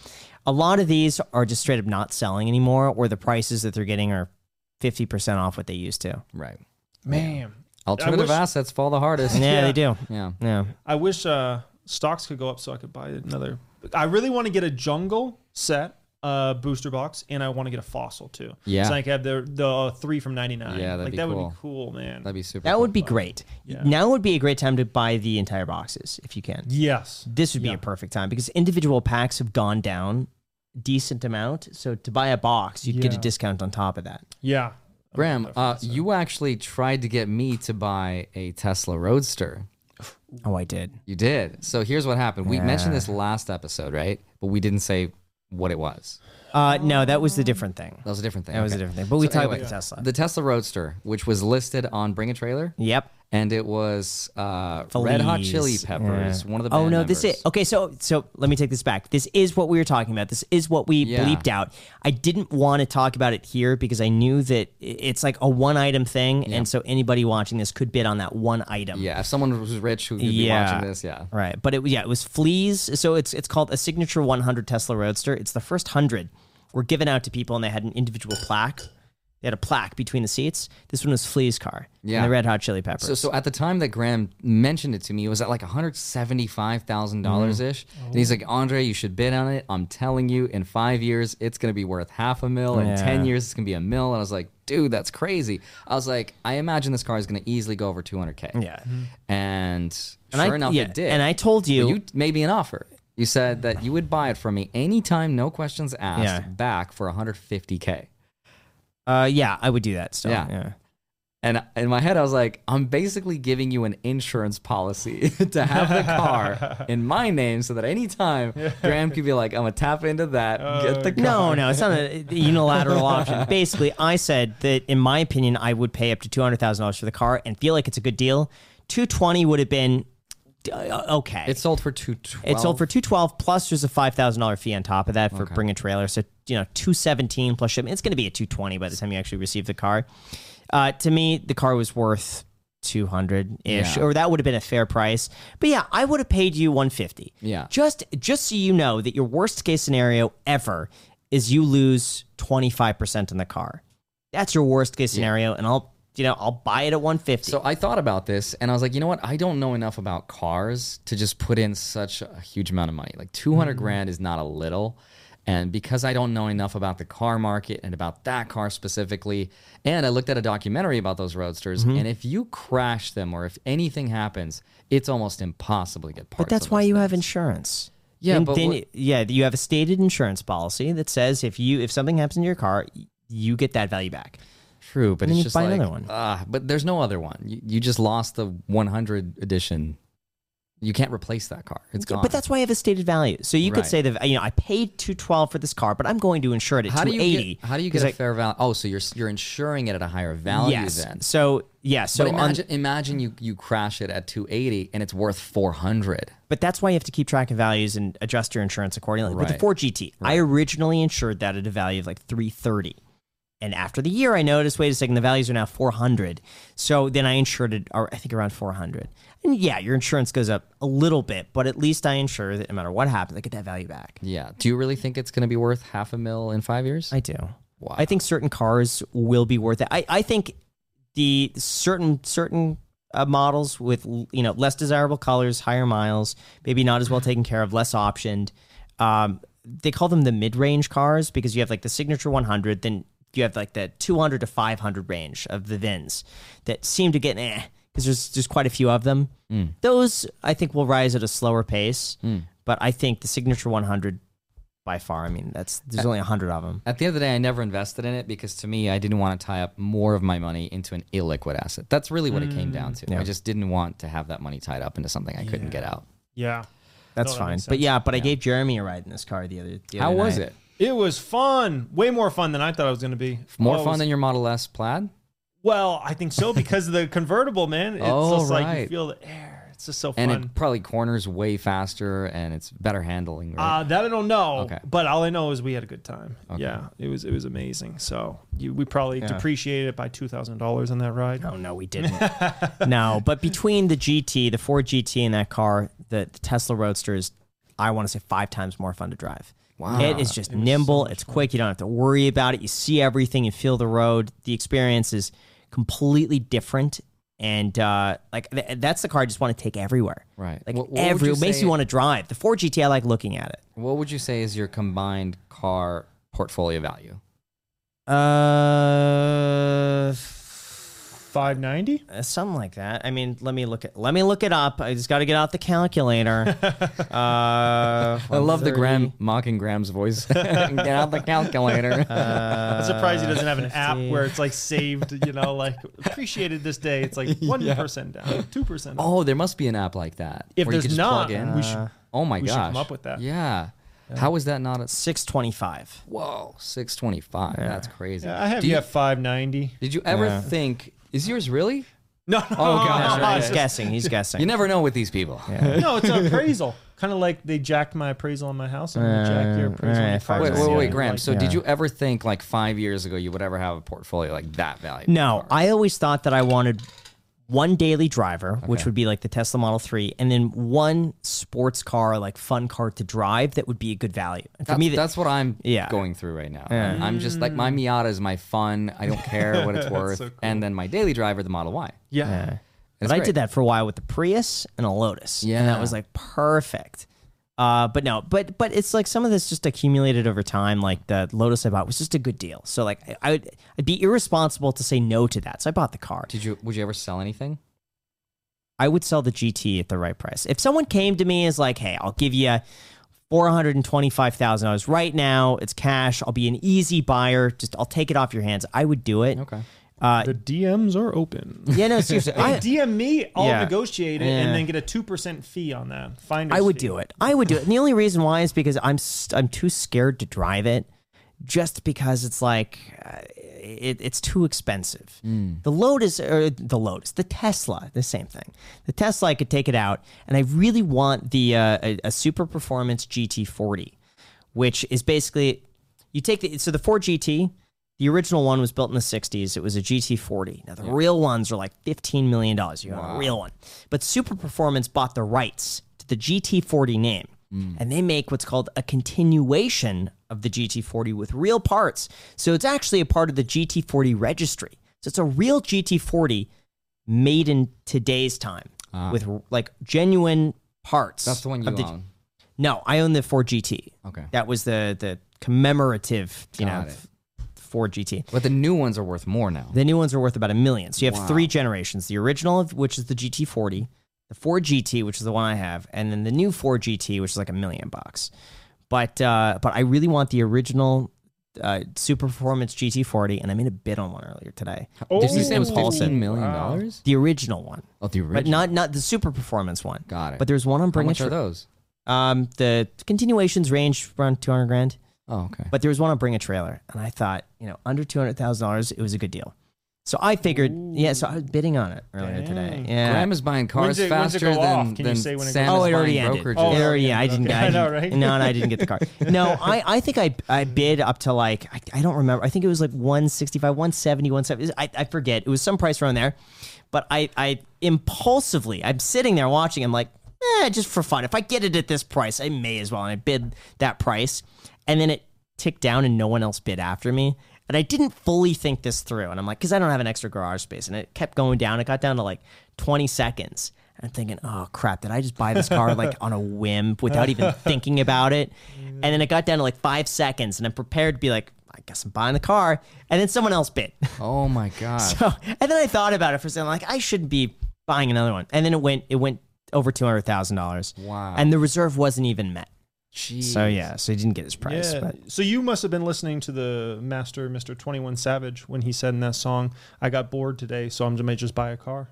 S3: A lot of these are just straight up not selling anymore, or the prices that they're getting are fifty percent off what they used to.
S5: Right.
S4: Man,
S5: Alternative
S4: wish-
S5: assets fall the hardest.
S3: Yeah, they do.
S5: Yeah.
S3: Yeah,
S4: I wish uh, stocks could go up so I could buy another. I really want to get a jungle set, uh, booster box, and I want to get a fossil too.
S5: Yeah.
S4: so I can have the the uh, three from ninety nine.
S5: Yeah, that'd
S4: like
S5: be
S4: that would
S5: cool.
S4: be cool, man.
S5: That'd be super.
S3: that
S5: cool.
S3: would be great. Now would be a great time to buy the entire boxes if you can.
S4: yes,
S3: This would be a perfect time because individual packs have gone down decent amount. So to buy a box, you'd get a
S4: Yeah.
S3: discount on top of that.
S4: yeah.
S5: Graham, uh, you actually tried to get me to buy a Tesla Roadster.
S3: Oh, I did.
S5: You did. So here's what happened. We mentioned this last episode, right? But we didn't say what it was.
S3: Uh, no, that was the different thing.
S5: That was a different thing.
S3: That was a
S5: Okay.
S3: different thing. But we
S5: So
S3: talked
S5: anyway,
S3: about the Tesla.
S5: The Tesla Roadster, which was listed on Bring a Trailer,
S3: Yep.
S5: and it was uh, Red Hot
S3: Feliz.
S5: Chili Peppers.
S3: Yeah.
S5: One of the
S3: oh
S5: band
S3: no, this
S5: members.
S3: is okay. So so let me take this back. This is what we were talking about. This is what we
S5: Yeah.
S3: bleeped out. I didn't want to talk about it here because I knew that i- it's like a one item thing, and so anybody watching this could bid on that one item.
S5: Yeah, if someone was rich who could be
S3: Yeah.
S5: watching this, yeah.
S3: Right, but it yeah, it was fleas. So it's it's called a signature 100 Tesla Roadster. It's the first hundred were given out to people and they had an individual plaque. They had a plaque between the seats. This one was Flea's car.
S5: Yeah.
S3: And the Red Hot Chili Peppers.
S5: So, so at the time that Graham mentioned it to me, it was at like one hundred seventy-five thousand dollars ish,
S3: Mm.
S5: and he's like, "Andre, you should bid on it. I'm telling you, in five years, it's gonna be worth half a mil. In ten years, it's gonna be a mil." And I was like, "Dude, that's crazy." I was like, "I imagine this car is gonna easily go over two hundred k."
S3: Yeah.
S5: and
S3: And
S5: sure
S3: I-
S5: enough,
S3: yeah,
S5: it did.
S3: and I told
S5: But
S3: you-
S5: you made me an offer. You said that you would buy it from me anytime, no questions asked,
S3: Yeah.
S5: back for one hundred fifty k.
S3: uh, yeah, I would do that still.
S5: Yeah.
S3: Yeah.
S5: And in my head, I was like, I'm basically giving you an insurance policy to have the car in my name so that anytime Graham could be like, I'm going to tap into that, get the
S3: Uh, No,
S5: car.
S3: no, it's not a a unilateral option. Basically, I said that in my opinion, I would pay up to two hundred thousand dollars for the car and feel like it's a good deal. Two twenty would have been uh, okay.
S5: It sold for 212
S3: It sold for two twelve plus there's a five thousand dollar fee on top of that for bring a trailer. So you know two seventeen plus shipment. It's going to be a two twenty by the time you actually receive the car. Uh, to me, the car was worth two hundred ish,
S5: Yeah.
S3: or that would have been a fair price. But yeah, I would have paid you one fifty.
S5: Yeah.
S3: just just so you know that your worst case scenario ever is you lose twenty five percent on the car. That's your worst case scenario, and I'll you know I'll buy it at one fifty.
S5: So I thought about this and I was like, you know what? I don't know enough about cars to just put in such a huge amount of money. Like 200
S3: Mm.
S5: grand is not a little. And because I don't know enough about the car market and about that car specifically, and I looked at a documentary about those roadsters,
S3: Mm-hmm.
S5: and if you crash them or if anything happens, it's almost impossible to get parts.
S3: But that's
S5: on
S3: why
S5: those
S3: you have
S5: things.
S3: insurance.
S5: Yeah,
S3: Then-
S5: but
S3: then-
S5: what-
S3: yeah, you have a stated insurance policy that says if you if something happens in your car, y- you get that value back.
S5: True, but
S3: And then
S5: it's
S3: you
S5: just
S3: buy
S5: like,
S3: another one.
S5: ah, but there's no other one. You, you just lost the 100 edition. You can't replace that car. It's gone.
S3: But that's why you have a stated value. So you
S5: Right.
S3: could say that you know I paid two twelve for this car, but I'm going to insure it at
S5: how do
S3: two
S5: you
S3: eighty.
S5: get, how do you get a fair value? Oh, so you're you're insuring it at a higher value
S3: Yes.
S5: then.
S3: So yeah. So
S5: So
S3: but, on,
S5: imagine, imagine you you crash it at 280 and it's worth 400.
S3: but that's why you have to keep track of values and adjust your insurance accordingly. With
S5: Right.
S3: the Ford GT, I originally insured that at a value of like three thirty. And after the year, I noticed, wait a second, the values are now 400. So then I insured it, or I think around 400. And yeah, your insurance goes up a little bit, but at least I insure that no matter what happens, I get that value back.
S5: Yeah. Do you really think it's going to be worth half a mil in 5 years?
S3: I do.
S5: Wow.
S3: I think certain cars will be worth it. I, I think the certain, certain uh, models with, you know, less desirable colors, higher miles, maybe not as well taken care of, less optioned. Um, they call them the mid-range cars because you have like the signature 100, then you have like the 200 to 500 range of the Vins that seem to get eh because there's there's quite a few of them. Those I think will rise at a slower pace, but I think the signature 100 by far. I mean, that's there's only 100 of them.
S5: At the end of the day, I never invested in it because to me, I didn't want to tie up more of my money into an illiquid asset. That's really what it came down to. I just didn't want to have that money tied up into something I couldn't get out.
S4: Yeah.
S3: That's
S4: No, that
S3: fine.
S4: makes
S3: But
S4: sense.
S3: yeah, but I gave Jeremy a ride in this car the other. The
S5: How
S3: other
S5: was
S3: night.
S5: it?
S4: It was fun. Way more fun than I thought it was going to be. Oh,
S5: More
S4: it
S5: fun
S4: was-
S5: than your Model S plaid?
S4: Well, I think so because of the convertible, man. It's
S5: Oh,
S4: just like you
S5: right.
S4: feel the air. It's just so
S5: And
S4: fun.
S5: it probably corners way faster and it's better handling. Right?
S4: Uh, that I don't know.
S5: Okay.
S4: But all I know is we had a good time. Yeah, it was it was amazing. So you, we probably depreciated it by two thousand dollars on that ride.
S3: Oh no, we didn't. no, but between the GT, the Ford GT, and that car, the, the Tesla Roadster is, I want to say, five times more fun to drive. Wow, it is just nimble. it's quick. You don't have to worry about it. You see everything. You feel the road. The experience is completely different. And uh, like th- that's the car I just want to take everywhere.
S5: Right.
S3: Like
S5: What- what would
S3: every
S5: you
S3: it makes
S5: say-
S3: you want to drive. The Ford GT, I like looking at it.
S5: What would you say is your combined car portfolio value?
S3: Uh,
S4: Five ninety.
S3: Uh, something like that. I mean, let me look at let me look it up. I just got to get out the calculator. uh,
S5: I love the Graham mocking Graham's voice. Get out the calculator.
S4: I'm surprised he
S5: Uh,
S4: doesn't have an app
S3: 50.
S4: where it's like saved. You know, like appreciated this day. It's like one down, two percent.
S5: oh, there must be an app like that.
S4: If
S5: where you
S4: there's
S5: can just
S4: not,
S5: plug in.
S4: we should
S5: oh my
S4: we
S5: gosh,
S4: should come up with that.
S5: Yeah. How is that not? A,
S3: Six twenty-five.
S5: whoa, six twenty-five. That's crazy.
S4: Yeah, I have
S5: Do
S4: you
S5: you,
S4: at five ninety.
S5: did you ever think? Is yours really?
S4: No, no,
S5: Oh, gosh,
S4: no,
S5: right.
S4: it's
S3: He's guessing. He's guessing.
S5: You never know with these people.
S4: just- no, it's an appraisal. kind of like they jacked my appraisal on my house and they jacked
S5: Uh,
S4: your appraisal. on
S3: yeah,
S4: your car.
S5: Wait,
S3: Right,
S5: wait, wait,
S4: Yeah,
S5: Graham.
S4: like-
S5: So, did you ever think like five years ago you would ever have a portfolio like that value?
S3: no, I always thought that I wanted one daily driver, which would be like the Tesla Model 3, and then one sports car, like fun car to drive that would be a good value. And for
S5: That's,
S3: me, that,
S5: that's what I'm
S3: Yeah.
S5: going through right now. I'm- I'm just like
S4: Mm.
S5: my Miata is my fun. I don't care what it's worth. And then my daily driver, the Model Y.
S4: Yeah.
S3: but
S5: That's
S3: I
S5: great.
S3: did that for a while with the Prius and a Lotus. And that
S5: Yeah.
S3: was like perfect. Uh, but no, but but it's like some of this just accumulated over time. Like the Lotus I bought was just a good deal. So like I, I would I'd be irresponsible to say no to that. So I bought the car.
S5: Did you? Would you ever sell anything?
S3: I would sell the GT at the right price. If someone came to me and is like, "Hey, I'll give you four hundred and twenty-five thousand dollars right now. It's cash. I'll be an easy buyer. Just I'll take it off your hands." I would do it.
S5: Okay.
S3: Uh,
S4: The DMs are open.
S3: yeah, no, seriously,
S4: Hey,
S3: I,
S4: DM me, I'll
S3: Yeah.
S4: negotiate it
S3: Yeah.
S4: and then get a 2% fee on that. Finder's
S3: I would
S4: fee.
S3: do it. I would do it. And the only reason why is because I'm st- I'm too scared to drive it, just because it's like uh, it, it's too expensive. The Lotus or the Lotus, the Tesla, the same thing. The Tesla, I could take it out, and I really want the uh, a, a super performance GT40, which is basically you take the so the Ford GT. The original one was built in the 60s. It was a GT40. Now, the real ones are like $15 million. You got a real one. But Super Performance bought the rights to the GT40 name.
S5: Mm.
S3: And they make what's called a continuation of the GT40 with real parts. So it's actually a part of the GT40 registry. So it's a real GT40 made in today's time
S5: Ah.
S3: with like genuine parts.
S5: That's the one you
S3: of
S5: own.
S3: No, I own the Ford GT.
S5: Okay.
S3: That was the the commemorative, you
S5: Got
S3: know,
S5: it.
S3: Ford GT.
S5: But the new ones are worth more now.
S3: The new ones are worth about a million. So you have
S5: Wow.
S3: three generations: the original, of which is the GT40, the Ford GT, which is the one I have, and then the new Ford GT, which is like a million bucks. But uh, but I really want the original uh, Super Performance GT40, and I made a bid on one earlier today.
S4: Oh,
S5: Did you
S3: This
S5: say it was
S3: is Paulson.
S5: fifteen million dollars?
S3: The original one,
S5: Oh, the original.
S3: but not not the Super Performance one.
S5: Got it.
S3: But there's one on
S5: How
S3: Bring It.
S5: much are
S3: Tr-
S5: those?
S3: Um, the continuations range around 200 grand.
S5: Oh, okay.
S3: But there was one on Bring a Trailer, and I thought, you know, under two hundred thousand dollars, it was a good deal. So I figured, yeah. So I was bidding on it earlier today.
S4: Dang.
S3: Yeah.
S5: Graham is buying
S4: When's
S5: cars
S4: it- when's it
S5: faster
S4: go off?
S5: than,
S4: Can you
S5: than
S4: say when it
S5: Sam
S3: oh,
S5: is
S3: it already
S5: buying
S3: ended.
S5: brokerages.
S3: Oh, it
S4: Oh,
S3: already,
S4: yeah,
S3: I didn't.
S4: okay.
S3: I, didn't
S4: I know, right?
S3: No, and I didn't get the car. No, I, I think I, I bid up to like I, I don't remember. I think it was like 165, 170, 170. I, I forget. It was some price around there. But I, I impulsively, I'm sitting there watching. I'm like, eh, just for fun. If I get it at this price, I may as well. And I bid that price, and then it ticked down, and no one else bid after me. And I didn't fully think this through. And I'm like, because I don't have an extra garage space. And it kept going down. It got down to like 20 seconds. And I'm thinking, oh crap, did I just buy this car like on a whim without even thinking about it? And then it got down to like five seconds. And I'm prepared to be like, I guess I'm buying the car. And then someone else bid.
S5: Oh my god.
S3: So, and then I thought about it for a second, like I shouldn't be buying another one. And then it went, it went over two hundred thousand dollars.
S5: Wow.
S3: And the reserve wasn't even met.
S5: Jeez.
S3: So yeah, so he didn't get his price.
S4: Yeah.
S3: But
S4: So you must have been listening to the master, Mr. 21 Savage, when he said in that song, I got bored today, so I'm going to just buy a car.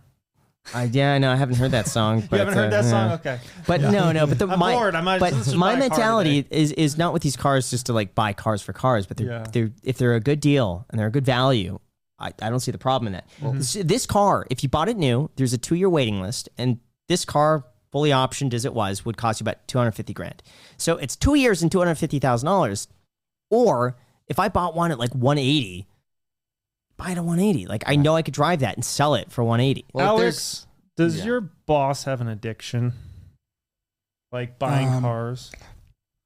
S3: I, yeah, no, I haven't heard that song. But,
S4: You haven't heard
S3: uh,
S4: that song?
S3: yeah.
S4: Okay.
S3: But no, no. But the
S4: I'm
S3: my,
S4: bored. I might-
S3: but
S4: let's just
S3: my
S4: buy a car
S3: mentality is is not with these cars just to like buy cars for cars, but they're,
S4: Yeah.
S3: they're if they're a good deal and they're a good value. I, I don't see the problem in that. This, this car, if you bought it new, there's a two year waiting list, and this car, fully optioned as it was, would cost you about two hundred fifty grand. So it's two years and two hundred fifty thousand dollars. Or if I bought one at like one eighty, buy it at one eighty. Like I know I could drive that and sell it for one eighty.
S5: Well, if there's-
S4: Alex, does
S5: yeah.
S4: your boss have an addiction? Like buying
S6: Um,
S4: cars?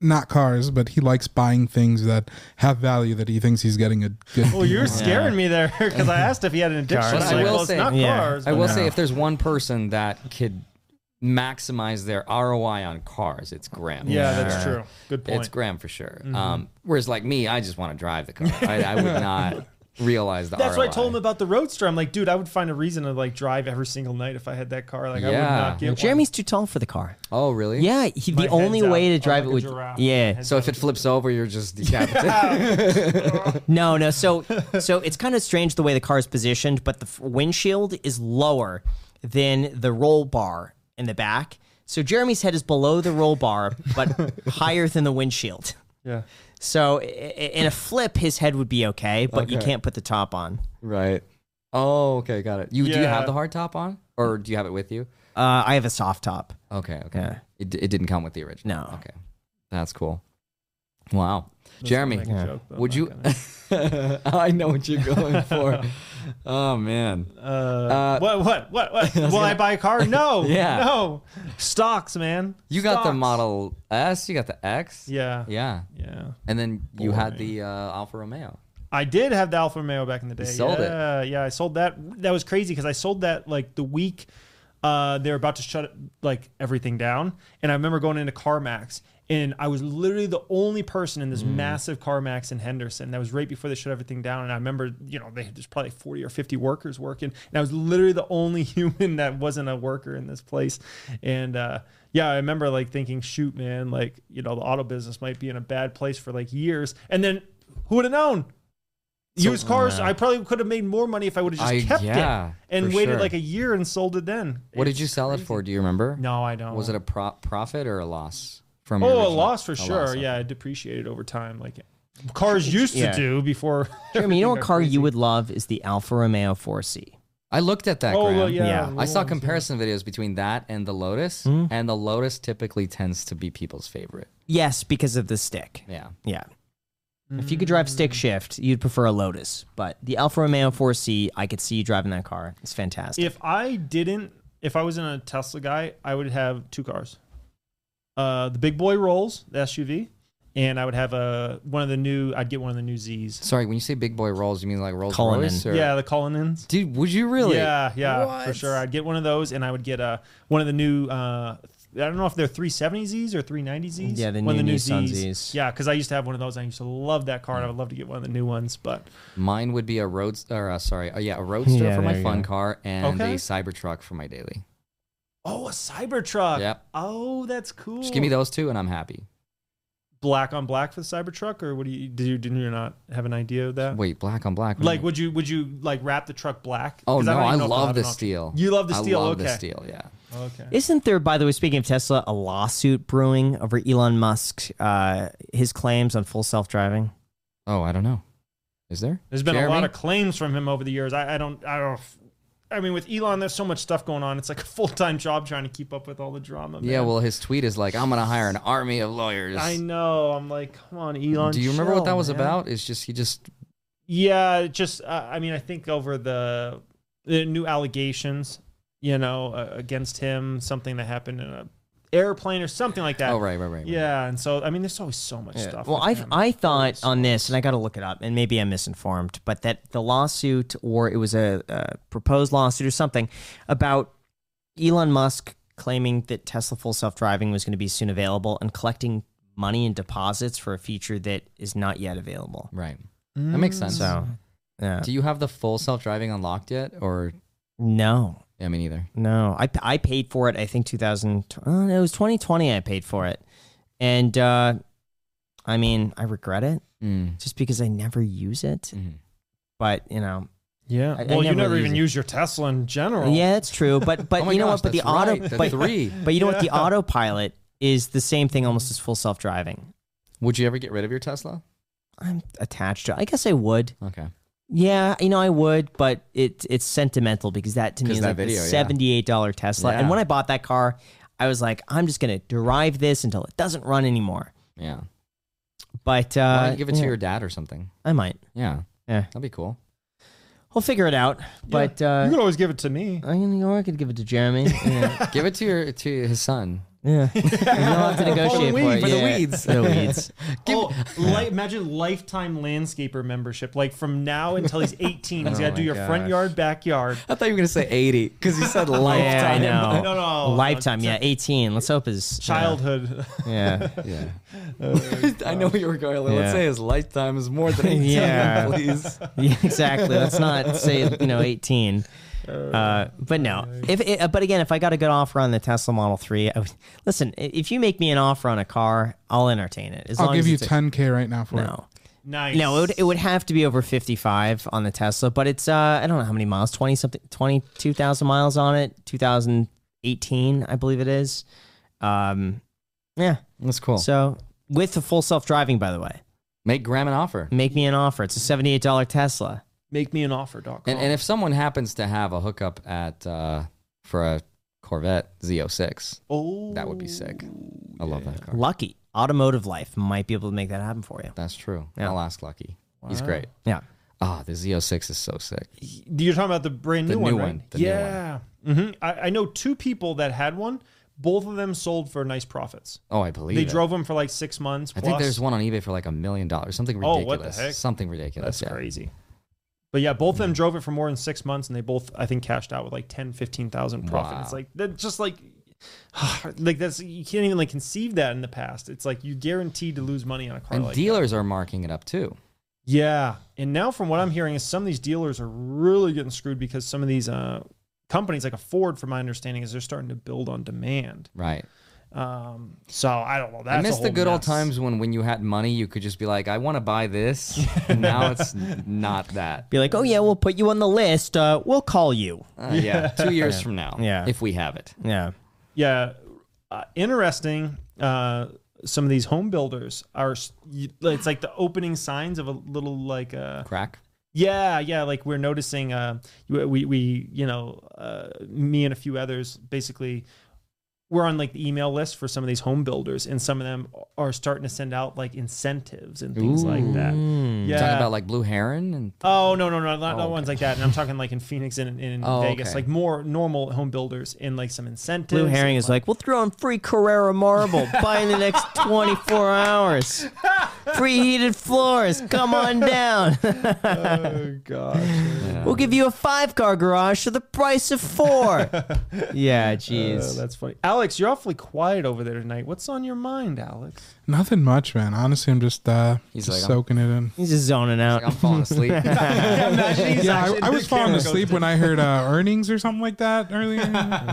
S6: Not cars, but he likes buying things that have value that he thinks he's getting a good.
S3: Oh,
S4: Well,
S6: deal
S4: Oh, you're
S6: on.
S4: scaring me there because I asked if he had an addiction.
S3: Cars.
S4: I'm like, well, it's not
S3: Yeah.
S4: cars.
S5: I will
S4: but-
S5: say, if there's one person that could maximize their ROI on cars, it's Graham.
S4: Yeah, that's true. Good point. Mm-hmm.
S5: It's Graham for sure. Um, whereas, like me, I just want to drive the car. I, I would not realize the.
S4: That's
S5: ROI.
S4: why I told him about the Roadster. I'm like, dude, I would find a reason to like drive every single night if I had that car. Like, I would
S5: Yeah.
S4: not get one.
S3: Jeremy's too tall for the car.
S5: Oh, really?
S3: Yeah, he,
S4: My
S3: the
S4: head's
S3: only way
S4: out.
S3: to
S4: I'm
S3: drive
S4: like
S3: it
S4: a
S3: would
S4: giraffe. My
S3: yeah.
S4: head's
S5: So
S4: out
S5: if it
S4: of
S5: flips over, you're just decapitated.
S3: No, no. So so it's kind of strange the way the car is positioned, but the f- windshield is lower than the roll bar in the back. So Jeremy's head is below the roll bar, but higher than the windshield.
S4: Yeah.
S3: So i- i- in a flip, his head would be okay, but you can't put the top on.
S5: right. Oh, okay, got it. You do you
S4: Yeah.
S5: have the hard top on, or do you have it with you?
S3: Uh, I have a soft top.
S5: Okay, okay.
S3: Yeah.
S5: It, d- it didn't come with the original.
S3: No.
S5: Okay, that's cool. Wow, Jeremy,
S4: Make a joke, though.
S5: would you? I know what you're going for. Oh man.
S4: Uh, what? What? What? What? Will I buy a car? No.
S5: Yeah.
S4: No. Stocks, man.
S5: You got the
S4: Stocks.
S5: Model S, you got the X.
S4: Yeah.
S5: Yeah.
S4: Yeah.
S5: And then you had the uh, Alfa Romeo.
S4: I did have the Alfa Romeo back in the day.
S5: sold it.
S4: yeah, yeah, I sold that. That was crazy because I sold that like the week uh, they were about to shut like everything down, and I remember going into CarMax, and I was literally the only person in this
S5: Mm.
S4: massive CarMax in Henderson. That was right before they shut everything down, and I remember you know they had just probably forty or fifty workers working, and I was literally the only human that wasn't a worker in this place, and. uh yeah, I remember like thinking, shoot, man, like, you know, the auto business might be in a bad place for like years. And then who would have known? used cars. I probably could have made more money if I would have just
S5: I-
S4: kept
S5: yeah,
S4: it and
S5: for
S4: waited
S5: sure.
S4: like a year and sold it then.
S5: What did you sell it for? Do you remember?
S4: No, I don't.
S5: Was it a pro- profit or a loss? From your
S4: oh a
S5: original-
S4: loss for sure?
S5: okay.
S4: yeah, it depreciated over time, like cars used
S3: Yeah.
S4: to do before.
S3: Jeremy, you know what
S4: everything got
S3: car
S4: crazy.
S3: you would love is the Alfa Romeo 4C.
S5: I looked at that.
S4: Oh well,
S5: Graham.
S4: yeah.
S3: Yeah.
S4: the
S5: I
S4: ones,
S5: saw
S4: yeah. Hmm?
S5: comparison videos between that and the Lotus, and the Lotus typically tends to be people's favorite.
S3: Yes, because of the stick.
S5: Yeah.
S3: Yeah. If you could drive stick shift, you'd prefer a Lotus, but the Alfa Romeo 4C, I could see you driving that car. It's fantastic.
S4: If I didn't, if I wasn't a Tesla guy, I would have two cars. Uh, the big boy rolls, the SUV, and I would have a one of the new. I'd get one of the new Z's.
S5: Sorry, when you say big boy rolls, you mean like Rolls
S3: Cullinan.
S5: Royce? Or...
S4: Yeah, the Cullinans.
S5: Dude, would you really?
S4: Yeah, yeah, for sure. I'd get one of those, and I would get uh, one of the new. Uh, I don't know if they're 370Zs or 390Zs.
S3: Yeah, the
S4: one
S3: new Nissan Zs.
S4: Yeah, because I used to have one of those. I used to love that car, and I would love to get one of the new ones. But
S5: Mine would be a roadster. Or, uh, sorry, uh, yeah, a roadster
S3: Yeah, there
S5: for my
S3: you
S5: fun
S3: go.
S5: car and
S4: Okay.
S5: a Cybertruck for my daily.
S4: oh, a Cybertruck.
S5: Yep.
S4: Oh, that's cool.
S5: Just give me those two, and I'm happy.
S4: black on black for the Cybertruck, or what do you did you did you not have an idea of that?
S5: Wait, black on black. what do you
S4: Like,
S5: mean?
S4: would you would you like wrap the truck black?
S5: Oh
S4: 'Cause
S5: no,
S4: don't
S5: I,
S4: even know if they'll
S5: love
S4: have
S5: the
S4: an option.
S5: steel.
S4: You love the steel.
S5: I love
S4: okay.
S5: the steel. Yeah.
S4: Okay.
S3: Isn't there, by the way, speaking of Tesla, a lawsuit brewing over Elon Musk, uh, his claims on full self driving?
S5: Oh, I don't know. Is there?
S4: There's been a lot
S5: Jeremy?
S4: of claims from him over the years. I, I don't, I don't. I mean, with Elon, there's so much stuff going on. It's like a full time job trying to keep up with all the drama. Oh, Man.
S5: Yeah. Well, his tweet is like, "I'm gonna hire an army of lawyers."
S4: I know. I'm like, come on, Elon.
S5: Do you remember what
S4: chill,
S5: that was
S4: man.
S5: about? It's just he just
S4: Yeah, it just. Uh, I mean, I think over the the new allegations, you know, uh, against him, something that happened in a airplane or something like that.
S5: Oh, right, right, right, right.
S4: Yeah, and so I mean, there's always so much stuff.
S3: Well,
S4: with
S3: I
S4: him.
S3: I thought on this, and I got to look it up, and maybe I'm misinformed, but that the lawsuit or it was a, a proposed lawsuit or something about Elon Musk claiming that Tesla full self driving was going to be soon available and collecting money and deposits for a feature that is not yet available.
S5: right. That
S4: Mm.
S5: makes sense.
S3: So, yeah.
S5: Mm. Do you have the full self-driving unlocked yet, or
S3: no,
S5: yeah, me neither.
S3: no, I I paid for it. I think 2000. Uh, it was 2020. I paid for it, and uh, I mean, I regret it
S5: Mm.
S3: just because I never use it.
S5: Mhm.
S3: But you know,
S4: yeah.
S3: I- I
S4: well, you
S3: never
S4: never
S3: use
S4: even
S3: it.
S4: use your Tesla in general.
S3: Yeah, that's true. But but
S5: Oh my
S3: you know
S5: gosh,
S3: what? But the
S5: that's
S3: auto
S5: right, the
S3: but,
S5: three.
S3: But you know what? The
S4: Yeah.
S3: autopilot is the same thing almost as full self driving.
S5: Would you ever get rid of your Tesla?
S3: I'm attached to. I guess I would.
S5: Okay.
S3: Yeah, you know I would, but it it's sentimental because that to me
S5: 'Cause
S3: is
S5: that
S3: like
S5: video,
S3: a
S5: yeah.
S3: seventy eight dollar Tesla. And
S5: Yeah.
S3: when I bought that car, I was like, I'm just gonna derive this until it doesn't run anymore.
S5: Yeah.
S3: But
S5: Why
S3: uh,
S5: don't you give it
S3: yeah,
S5: to your dad or something.
S3: I might.
S5: Yeah.
S3: Yeah.
S5: That'd be cool.
S3: We'll figure it out. But
S4: you
S3: uh,
S4: could always give it to me.
S3: I mean, or I could give it to Jeremy. Yeah,
S5: give it to your to his son.
S3: yeah. you'll have to negotiate for, it.
S5: for the
S3: Yeah,
S5: weeds.
S3: for the weeds.
S4: oh, li- imagine lifetime landscaper membership. Like from now until he's 18,
S5: Oh
S4: he's got to
S3: my
S4: do your front
S3: gosh.
S4: yard, backyard.
S5: I thought you were gonna say eighty because you said
S3: Yeah, I
S5: lifetime.
S3: know.
S4: No, no, no.
S3: Lifetime, yeah, 18. Let's hope his uh,
S4: Childhood.
S3: Yeah.
S5: Yeah. I know where you were going. Let's
S3: Oh, Yeah.
S5: say his lifetime is more than 18,
S3: Yeah.
S5: please.
S3: yeah, exactly. Let's not say, you know, 18. Uh, but no. If it, uh, but again, if I got a good offer on the Tesla Model 3, I would, listen, i- if you make me an offer on a car, I'll entertain it. As
S6: I'll
S3: long
S6: give
S3: as
S6: you
S3: it's a-
S6: 10k right now for it.
S3: No.
S4: nice.
S3: No, it would, it would have to be over 55 on the Tesla, but it's uh I don't know how many miles, 20 something 22,000 miles on it, 2018, I believe it is. Um yeah.
S5: That's cool.
S3: So with the full self-driving by the way.
S5: Make Graham an offer.
S3: Make me an offer. It's a seventy-eight dollar Tesla.
S4: make me an offer, doc.
S5: And, and if someone happens to have a hookup at uh, for a Corvette Z06,
S4: oh,
S5: that would be sick. I love that car.
S3: Lucky automotive life might be able to make that happen for you.
S5: That's true.
S3: Yeah.
S5: I'll ask Lucky. He's great.
S3: Yeah.
S5: Ah, the Z06 is so sick.
S4: You're talking about the brand
S5: The
S4: new, one,
S5: new
S4: right?
S5: one, the new
S4: yeah. hmm I, I know two people that had one. Both of them sold for nice profits.
S5: Oh, I believe
S4: They
S5: it.
S4: drove them for like six months.
S5: I
S4: Plus.
S5: think there's one on eBay for like a million dollars, something
S4: Oh,
S5: ridiculous.
S4: what the heck?
S5: Something ridiculous.
S4: That's
S5: yeah. Mm.
S4: crazy. But yeah, both of them drove it for more than six months, and they both, I think, cashed out with like 10, 15,000 profit.
S5: Wow.
S4: It's like that, just like, like that's you can't even like conceive that in the past. It's like you guaranteed to lose money on a car.
S5: And
S4: like that.
S5: dealers are marking it up too.
S4: Yeah, and now from what I'm hearing is some of these dealers are really getting screwed because some of these uh, companies, like a Ford, from my understanding, is they're starting to build on demand.
S5: Right.
S4: Um, so I don't know. That's
S5: I miss
S4: a
S5: the
S4: whole
S5: good old
S4: mess.
S5: times when when you had money, you could just be like, I want to buy this. now it's not that.
S3: Be like, oh yeah, we'll put you on the list. Uh, we'll call you.
S5: Uh, yeah. Two years from now.
S3: Yeah.
S5: If we have it.
S3: Yeah.
S4: Yeah, uh, interesting. Uh, some of these home builders are. s- y- It's like the opening signs of a little like uh,
S5: Crack.
S4: Yeah, yeah. Like we're noticing, uh, we we you know, uh, me and a few others basically, we're on like the email list for some of these home builders, and some of them are starting to send out like incentives and things like that. Yeah.
S5: Talking about like Blue Heron and
S4: Oh no no no not,
S5: Oh,
S4: not ones
S5: okay.
S4: like that. And I'm talking like in Phoenix and, and in
S5: Oh,
S4: Vegas,
S5: okay.
S4: like more normal home builders and like some incentives. Oh
S3: Blue herring is like, we'll throw in free Carrera marble. Buy in the next 24 hours. Preheated floors. Come on down.
S4: oh gosh.
S3: we'll give you a five car garage for the price of four. yeah,
S4: Oh,
S3: jeez.
S4: that's funny. Alex, you're awfully quiet over there tonight. What's on your mind, Alex?
S6: Nothing much, man. Honestly, I'm just uh,
S5: He's
S6: just
S5: like, I'm-
S6: soaking it in.
S3: He's just zoning out.
S5: I'm falling asleep.
S6: Yeah, I, I was falling asleep when I heard uh, earnings or something like that earlier.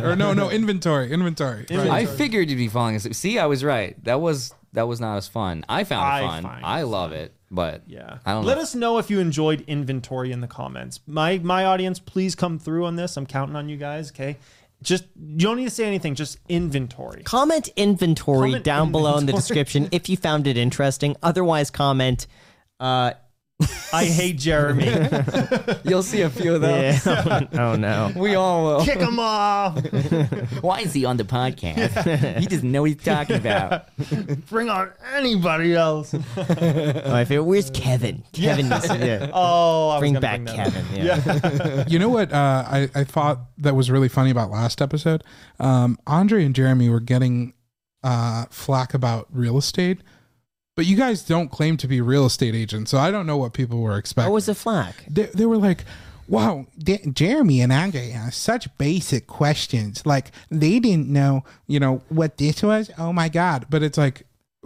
S6: or no, no inventory, inventory. Right.
S5: I figured you'd be falling asleep. See, I was right. That was that was not as fun. I found
S4: I
S5: it fun.
S4: find
S5: I
S4: it
S5: love it, but
S4: Yeah.
S5: I don't
S4: Let
S5: know.
S4: us know if you enjoyed inventory in the comments. My my audience, please come through on this. I'm counting on you guys, okay? Just you don't need to say anything, just inventory.
S3: Comment inventory
S4: Comment
S3: down below in the
S4: inventory.
S3: description if you found it interesting. Otherwise, comment. Uh,
S4: I hate Jeremy.
S5: You'll see a few of those.
S3: yeah. oh no.
S5: We all will.
S4: Kick him off.
S5: Why is he on the podcast? he doesn't know what he's talking about.
S4: Bring on anybody else.
S3: My favorite. Where's Kevin? Kevin. needs to- Yeah.
S4: Oh, I was
S3: Bring
S4: gonna
S3: back
S4: bring that up.
S3: Kevin. Yeah.
S6: You know what uh, I, I thought that was really funny about last episode? Um, Andre and Jeremy were getting uh, flack about real estate, but you guys don't claim to be real estate agents, so I don't know what people were
S3: Or
S6: expecting.
S3: was it Flack?
S6: they, they were like, wow, D- Jeremy and Andre asked such basic questions. Like, they didn't know, you know, what this was. Oh my God. But it's like,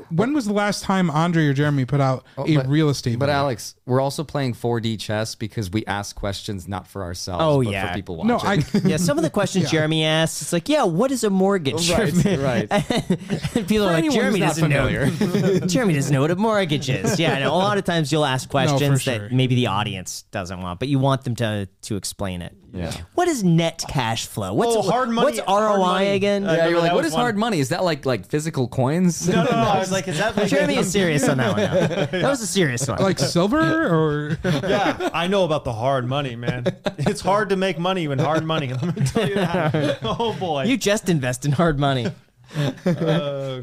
S6: when was the last time Andre or Jeremy put out
S5: Oh,
S6: a
S5: but-
S6: real estate
S5: But
S6: video?
S5: Alex, we're also playing 4D chess because we ask questions not for ourselves,
S3: Oh,
S5: but
S3: yeah.
S5: for people watching.
S6: No, I.
S3: Yeah, some of the questions Jeremy asks, it's like, yeah, what is a mortgage?
S5: Right, right.
S3: And People are like,
S5: anyone who's
S3: Jeremy
S5: not
S3: doesn't know. Jeremy doesn't know what a mortgage is. Yeah, I know. A lot of times you'll ask questions
S6: sure.
S3: that maybe the audience doesn't want, but you want them to to explain it.
S5: Yeah.
S3: What is net cash flow? What's
S4: Oh, hard money-
S3: What's ROI
S4: hard money.
S3: again?
S4: Uh,
S5: yeah, you're
S4: Remember
S5: like,
S4: that
S5: what
S4: was
S5: is hard
S4: one-
S5: money? Is that like like physical coins?
S4: No, no, no. Oh, I was like, is that like
S3: Jeremy is serious on that one. Now. That was a serious one.
S6: Like silver or
S4: Yeah, I know about the hard money, man. It's hard to make money when hard money. Let me tell you that. Oh boy. Uh,
S3: you just invest in hard money.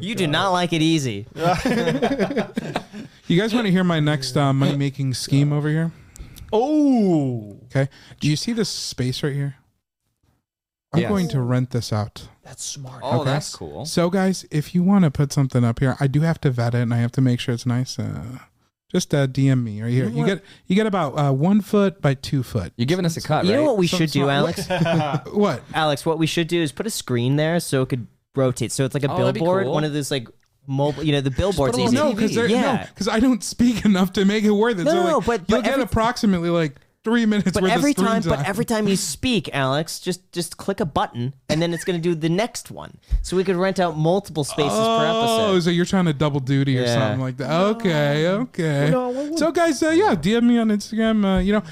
S3: you do not like it easy.
S6: you guys want to hear my next uh, money making scheme over here?
S4: oh,
S6: Okay. Do you see this space right here? I'm
S5: Yes.
S6: going to rent this out.
S4: that's smart.
S5: Oh,
S6: Okay.
S5: that's cool.
S6: So, guys, if you want to put something up here, I do have to vet it, and I have to make sure it's nice. Uh, just uh, DM me right here. You get you get about uh, one foot by two foot.
S5: You're giving us a cut,
S3: You
S5: right?
S3: know what we
S6: So-
S3: should do,
S6: so-
S3: Alex?
S6: What?
S3: Alex, what we should do is put a screen there so it could rotate. So it's like a
S5: Oh, that'd be
S3: billboard,
S5: cool.
S3: one of those like mobile, you know, the billboards.
S5: put a
S3: easy.
S5: little
S6: No, because
S5: TV.
S3: Yeah.
S6: because I don't speak enough to make it worth it.
S3: No,
S6: so,
S3: no,
S6: like,
S3: no, but-
S6: you'll
S3: but
S6: get
S3: every-
S6: approximately like three minutes.
S3: But
S6: worth
S3: every
S6: of
S3: time,
S6: screens
S3: but
S6: on.
S3: every time you speak, Alex, just just click a button, and then it's going to do the next one. So we could rent out multiple spaces per
S6: Oh,
S3: episode.
S6: so you're trying to double duty or
S3: Yeah.
S6: something like that? Okay, okay.
S4: No, what would-
S6: so, guys, uh, yeah, DM me on Instagram. Uh, you know,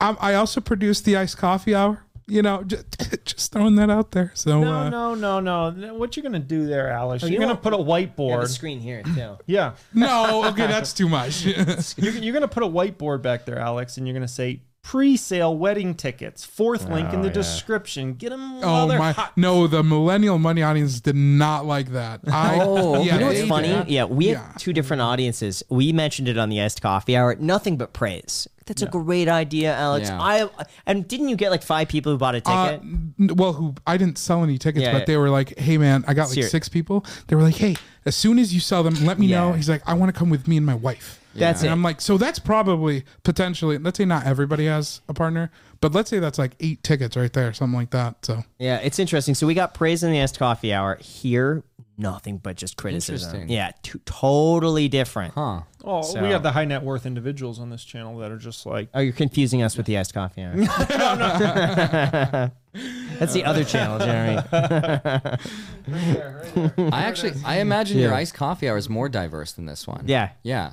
S6: I, I also produce the iced coffee hour. You know, just, just throwing that out there. So,
S4: No,
S6: uh,
S4: no, no, no, no. What you gonna do there, Alex?
S3: Oh, you
S4: you're
S3: know
S4: gonna
S3: what?
S4: put a
S3: Yeah, the
S4: whiteboard.
S3: screen here too.
S4: Yeah,
S6: No, okay, that's too much.
S4: you're, you're gonna put a whiteboard back there, Alex, and you're gonna say pre-sale wedding tickets. Fourth link
S3: Oh,
S4: in the description. Get them while
S6: Oh
S4: they're
S6: my!
S4: hot.
S6: No, the millennial money audience did not like that. I,
S3: Oh,
S6: yeah,
S3: you know what's
S6: they
S3: funny?
S6: did.
S3: Yeah, we
S6: Yeah.
S3: have two different audiences. We mentioned it on the iced coffee hour. Nothing but praise. That's a great idea, Alex.
S5: Yeah.
S3: I and didn't you get like five people who bought a
S6: Uh,
S3: ticket?
S6: n- well, who I didn't sell any tickets,
S3: Yeah,
S6: but
S3: yeah.
S6: they were like, "Hey, man, I got like
S3: Serious.
S6: six people." They were like, "Hey, as soon as you sell them, let me know."
S3: Yeah.
S6: He's like, "I want to come with me and my wife."
S3: That's
S6: and
S3: it.
S6: I'm like, so that's probably potentially. Let's say not everybody has a partner, but let's say that's like eight tickets right there, something like that. So
S3: yeah, it's interesting. So we got praise in the iced coffee hour. Here, nothing but just criticism.
S5: Interesting.
S3: Yeah, t- totally different.
S5: Huh.
S4: Oh,
S3: So-
S4: we have the high net worth individuals on this channel that are just like
S3: Oh, you're confusing us with the iced coffee hour. That's the other channel, Jeremy.
S5: I actually, I imagine your iced coffee hour is more diverse than this one.
S3: Yeah.
S5: Yeah.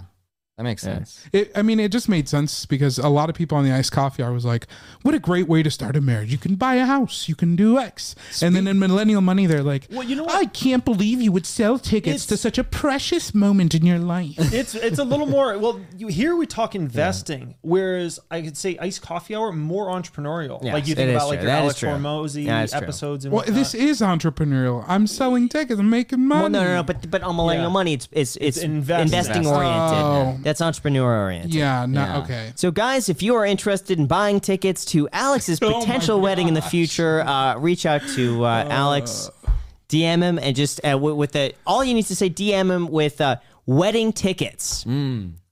S5: That makes sense.
S6: It, I mean, it just made sense because a lot of people on the iced coffee hour was like, "What a great way to start a marriage! You can buy a house, you can do X." and then in Millennial Money, they're like,
S4: Well, you know what?
S6: I can't believe you would sell tickets to
S4: It's-
S6: such a precious moment in your life."
S4: it's it's a little more well you here we talk investing whereas i could say ice coffee hour more entrepreneurial
S3: Yes,
S4: like you
S3: it
S4: think
S3: is
S4: about like
S3: true.
S4: your
S3: That is
S4: alex
S3: true.
S4: Hormozy
S3: That is true.
S4: episodes and
S6: well,
S4: whatnot.
S6: this is entrepreneurial. I'm selling tickets. I'm making money.
S3: Well, no, no, no. But but on millennial
S4: Yeah.
S3: money, it's it's it's,
S4: invest-
S3: investing oriented.
S6: Oh.
S3: That's entrepreneur oriented.
S6: yeah, no,
S5: Yeah.
S6: okay.
S3: So, guys, if you are interested in buying tickets to Alex's
S6: Oh my
S3: potential wedding in the
S6: gosh. Uh.
S3: future, uh, reach out to uh, Alex, DM him, and just uh, w- with the all you need to say, DM him with uh, wedding tickets.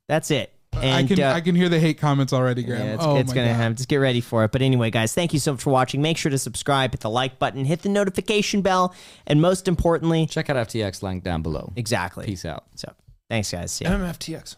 S3: That's it.
S6: Mm. I
S3: And
S6: can
S3: uh,
S6: I can hear the hate comments already, Graham.
S3: yeah, it's,
S6: oh
S3: it's
S6: my
S3: gonna
S6: God.
S3: happen. Just get ready for it. But anyway, guys, thank you so much for watching. Make sure to subscribe, hit the like button, hit the notification bell, and most importantly,
S5: Check out FTX link down below.
S3: exactly.
S5: Peace out.
S3: So, thanks, guys. See ya.
S4: mmftx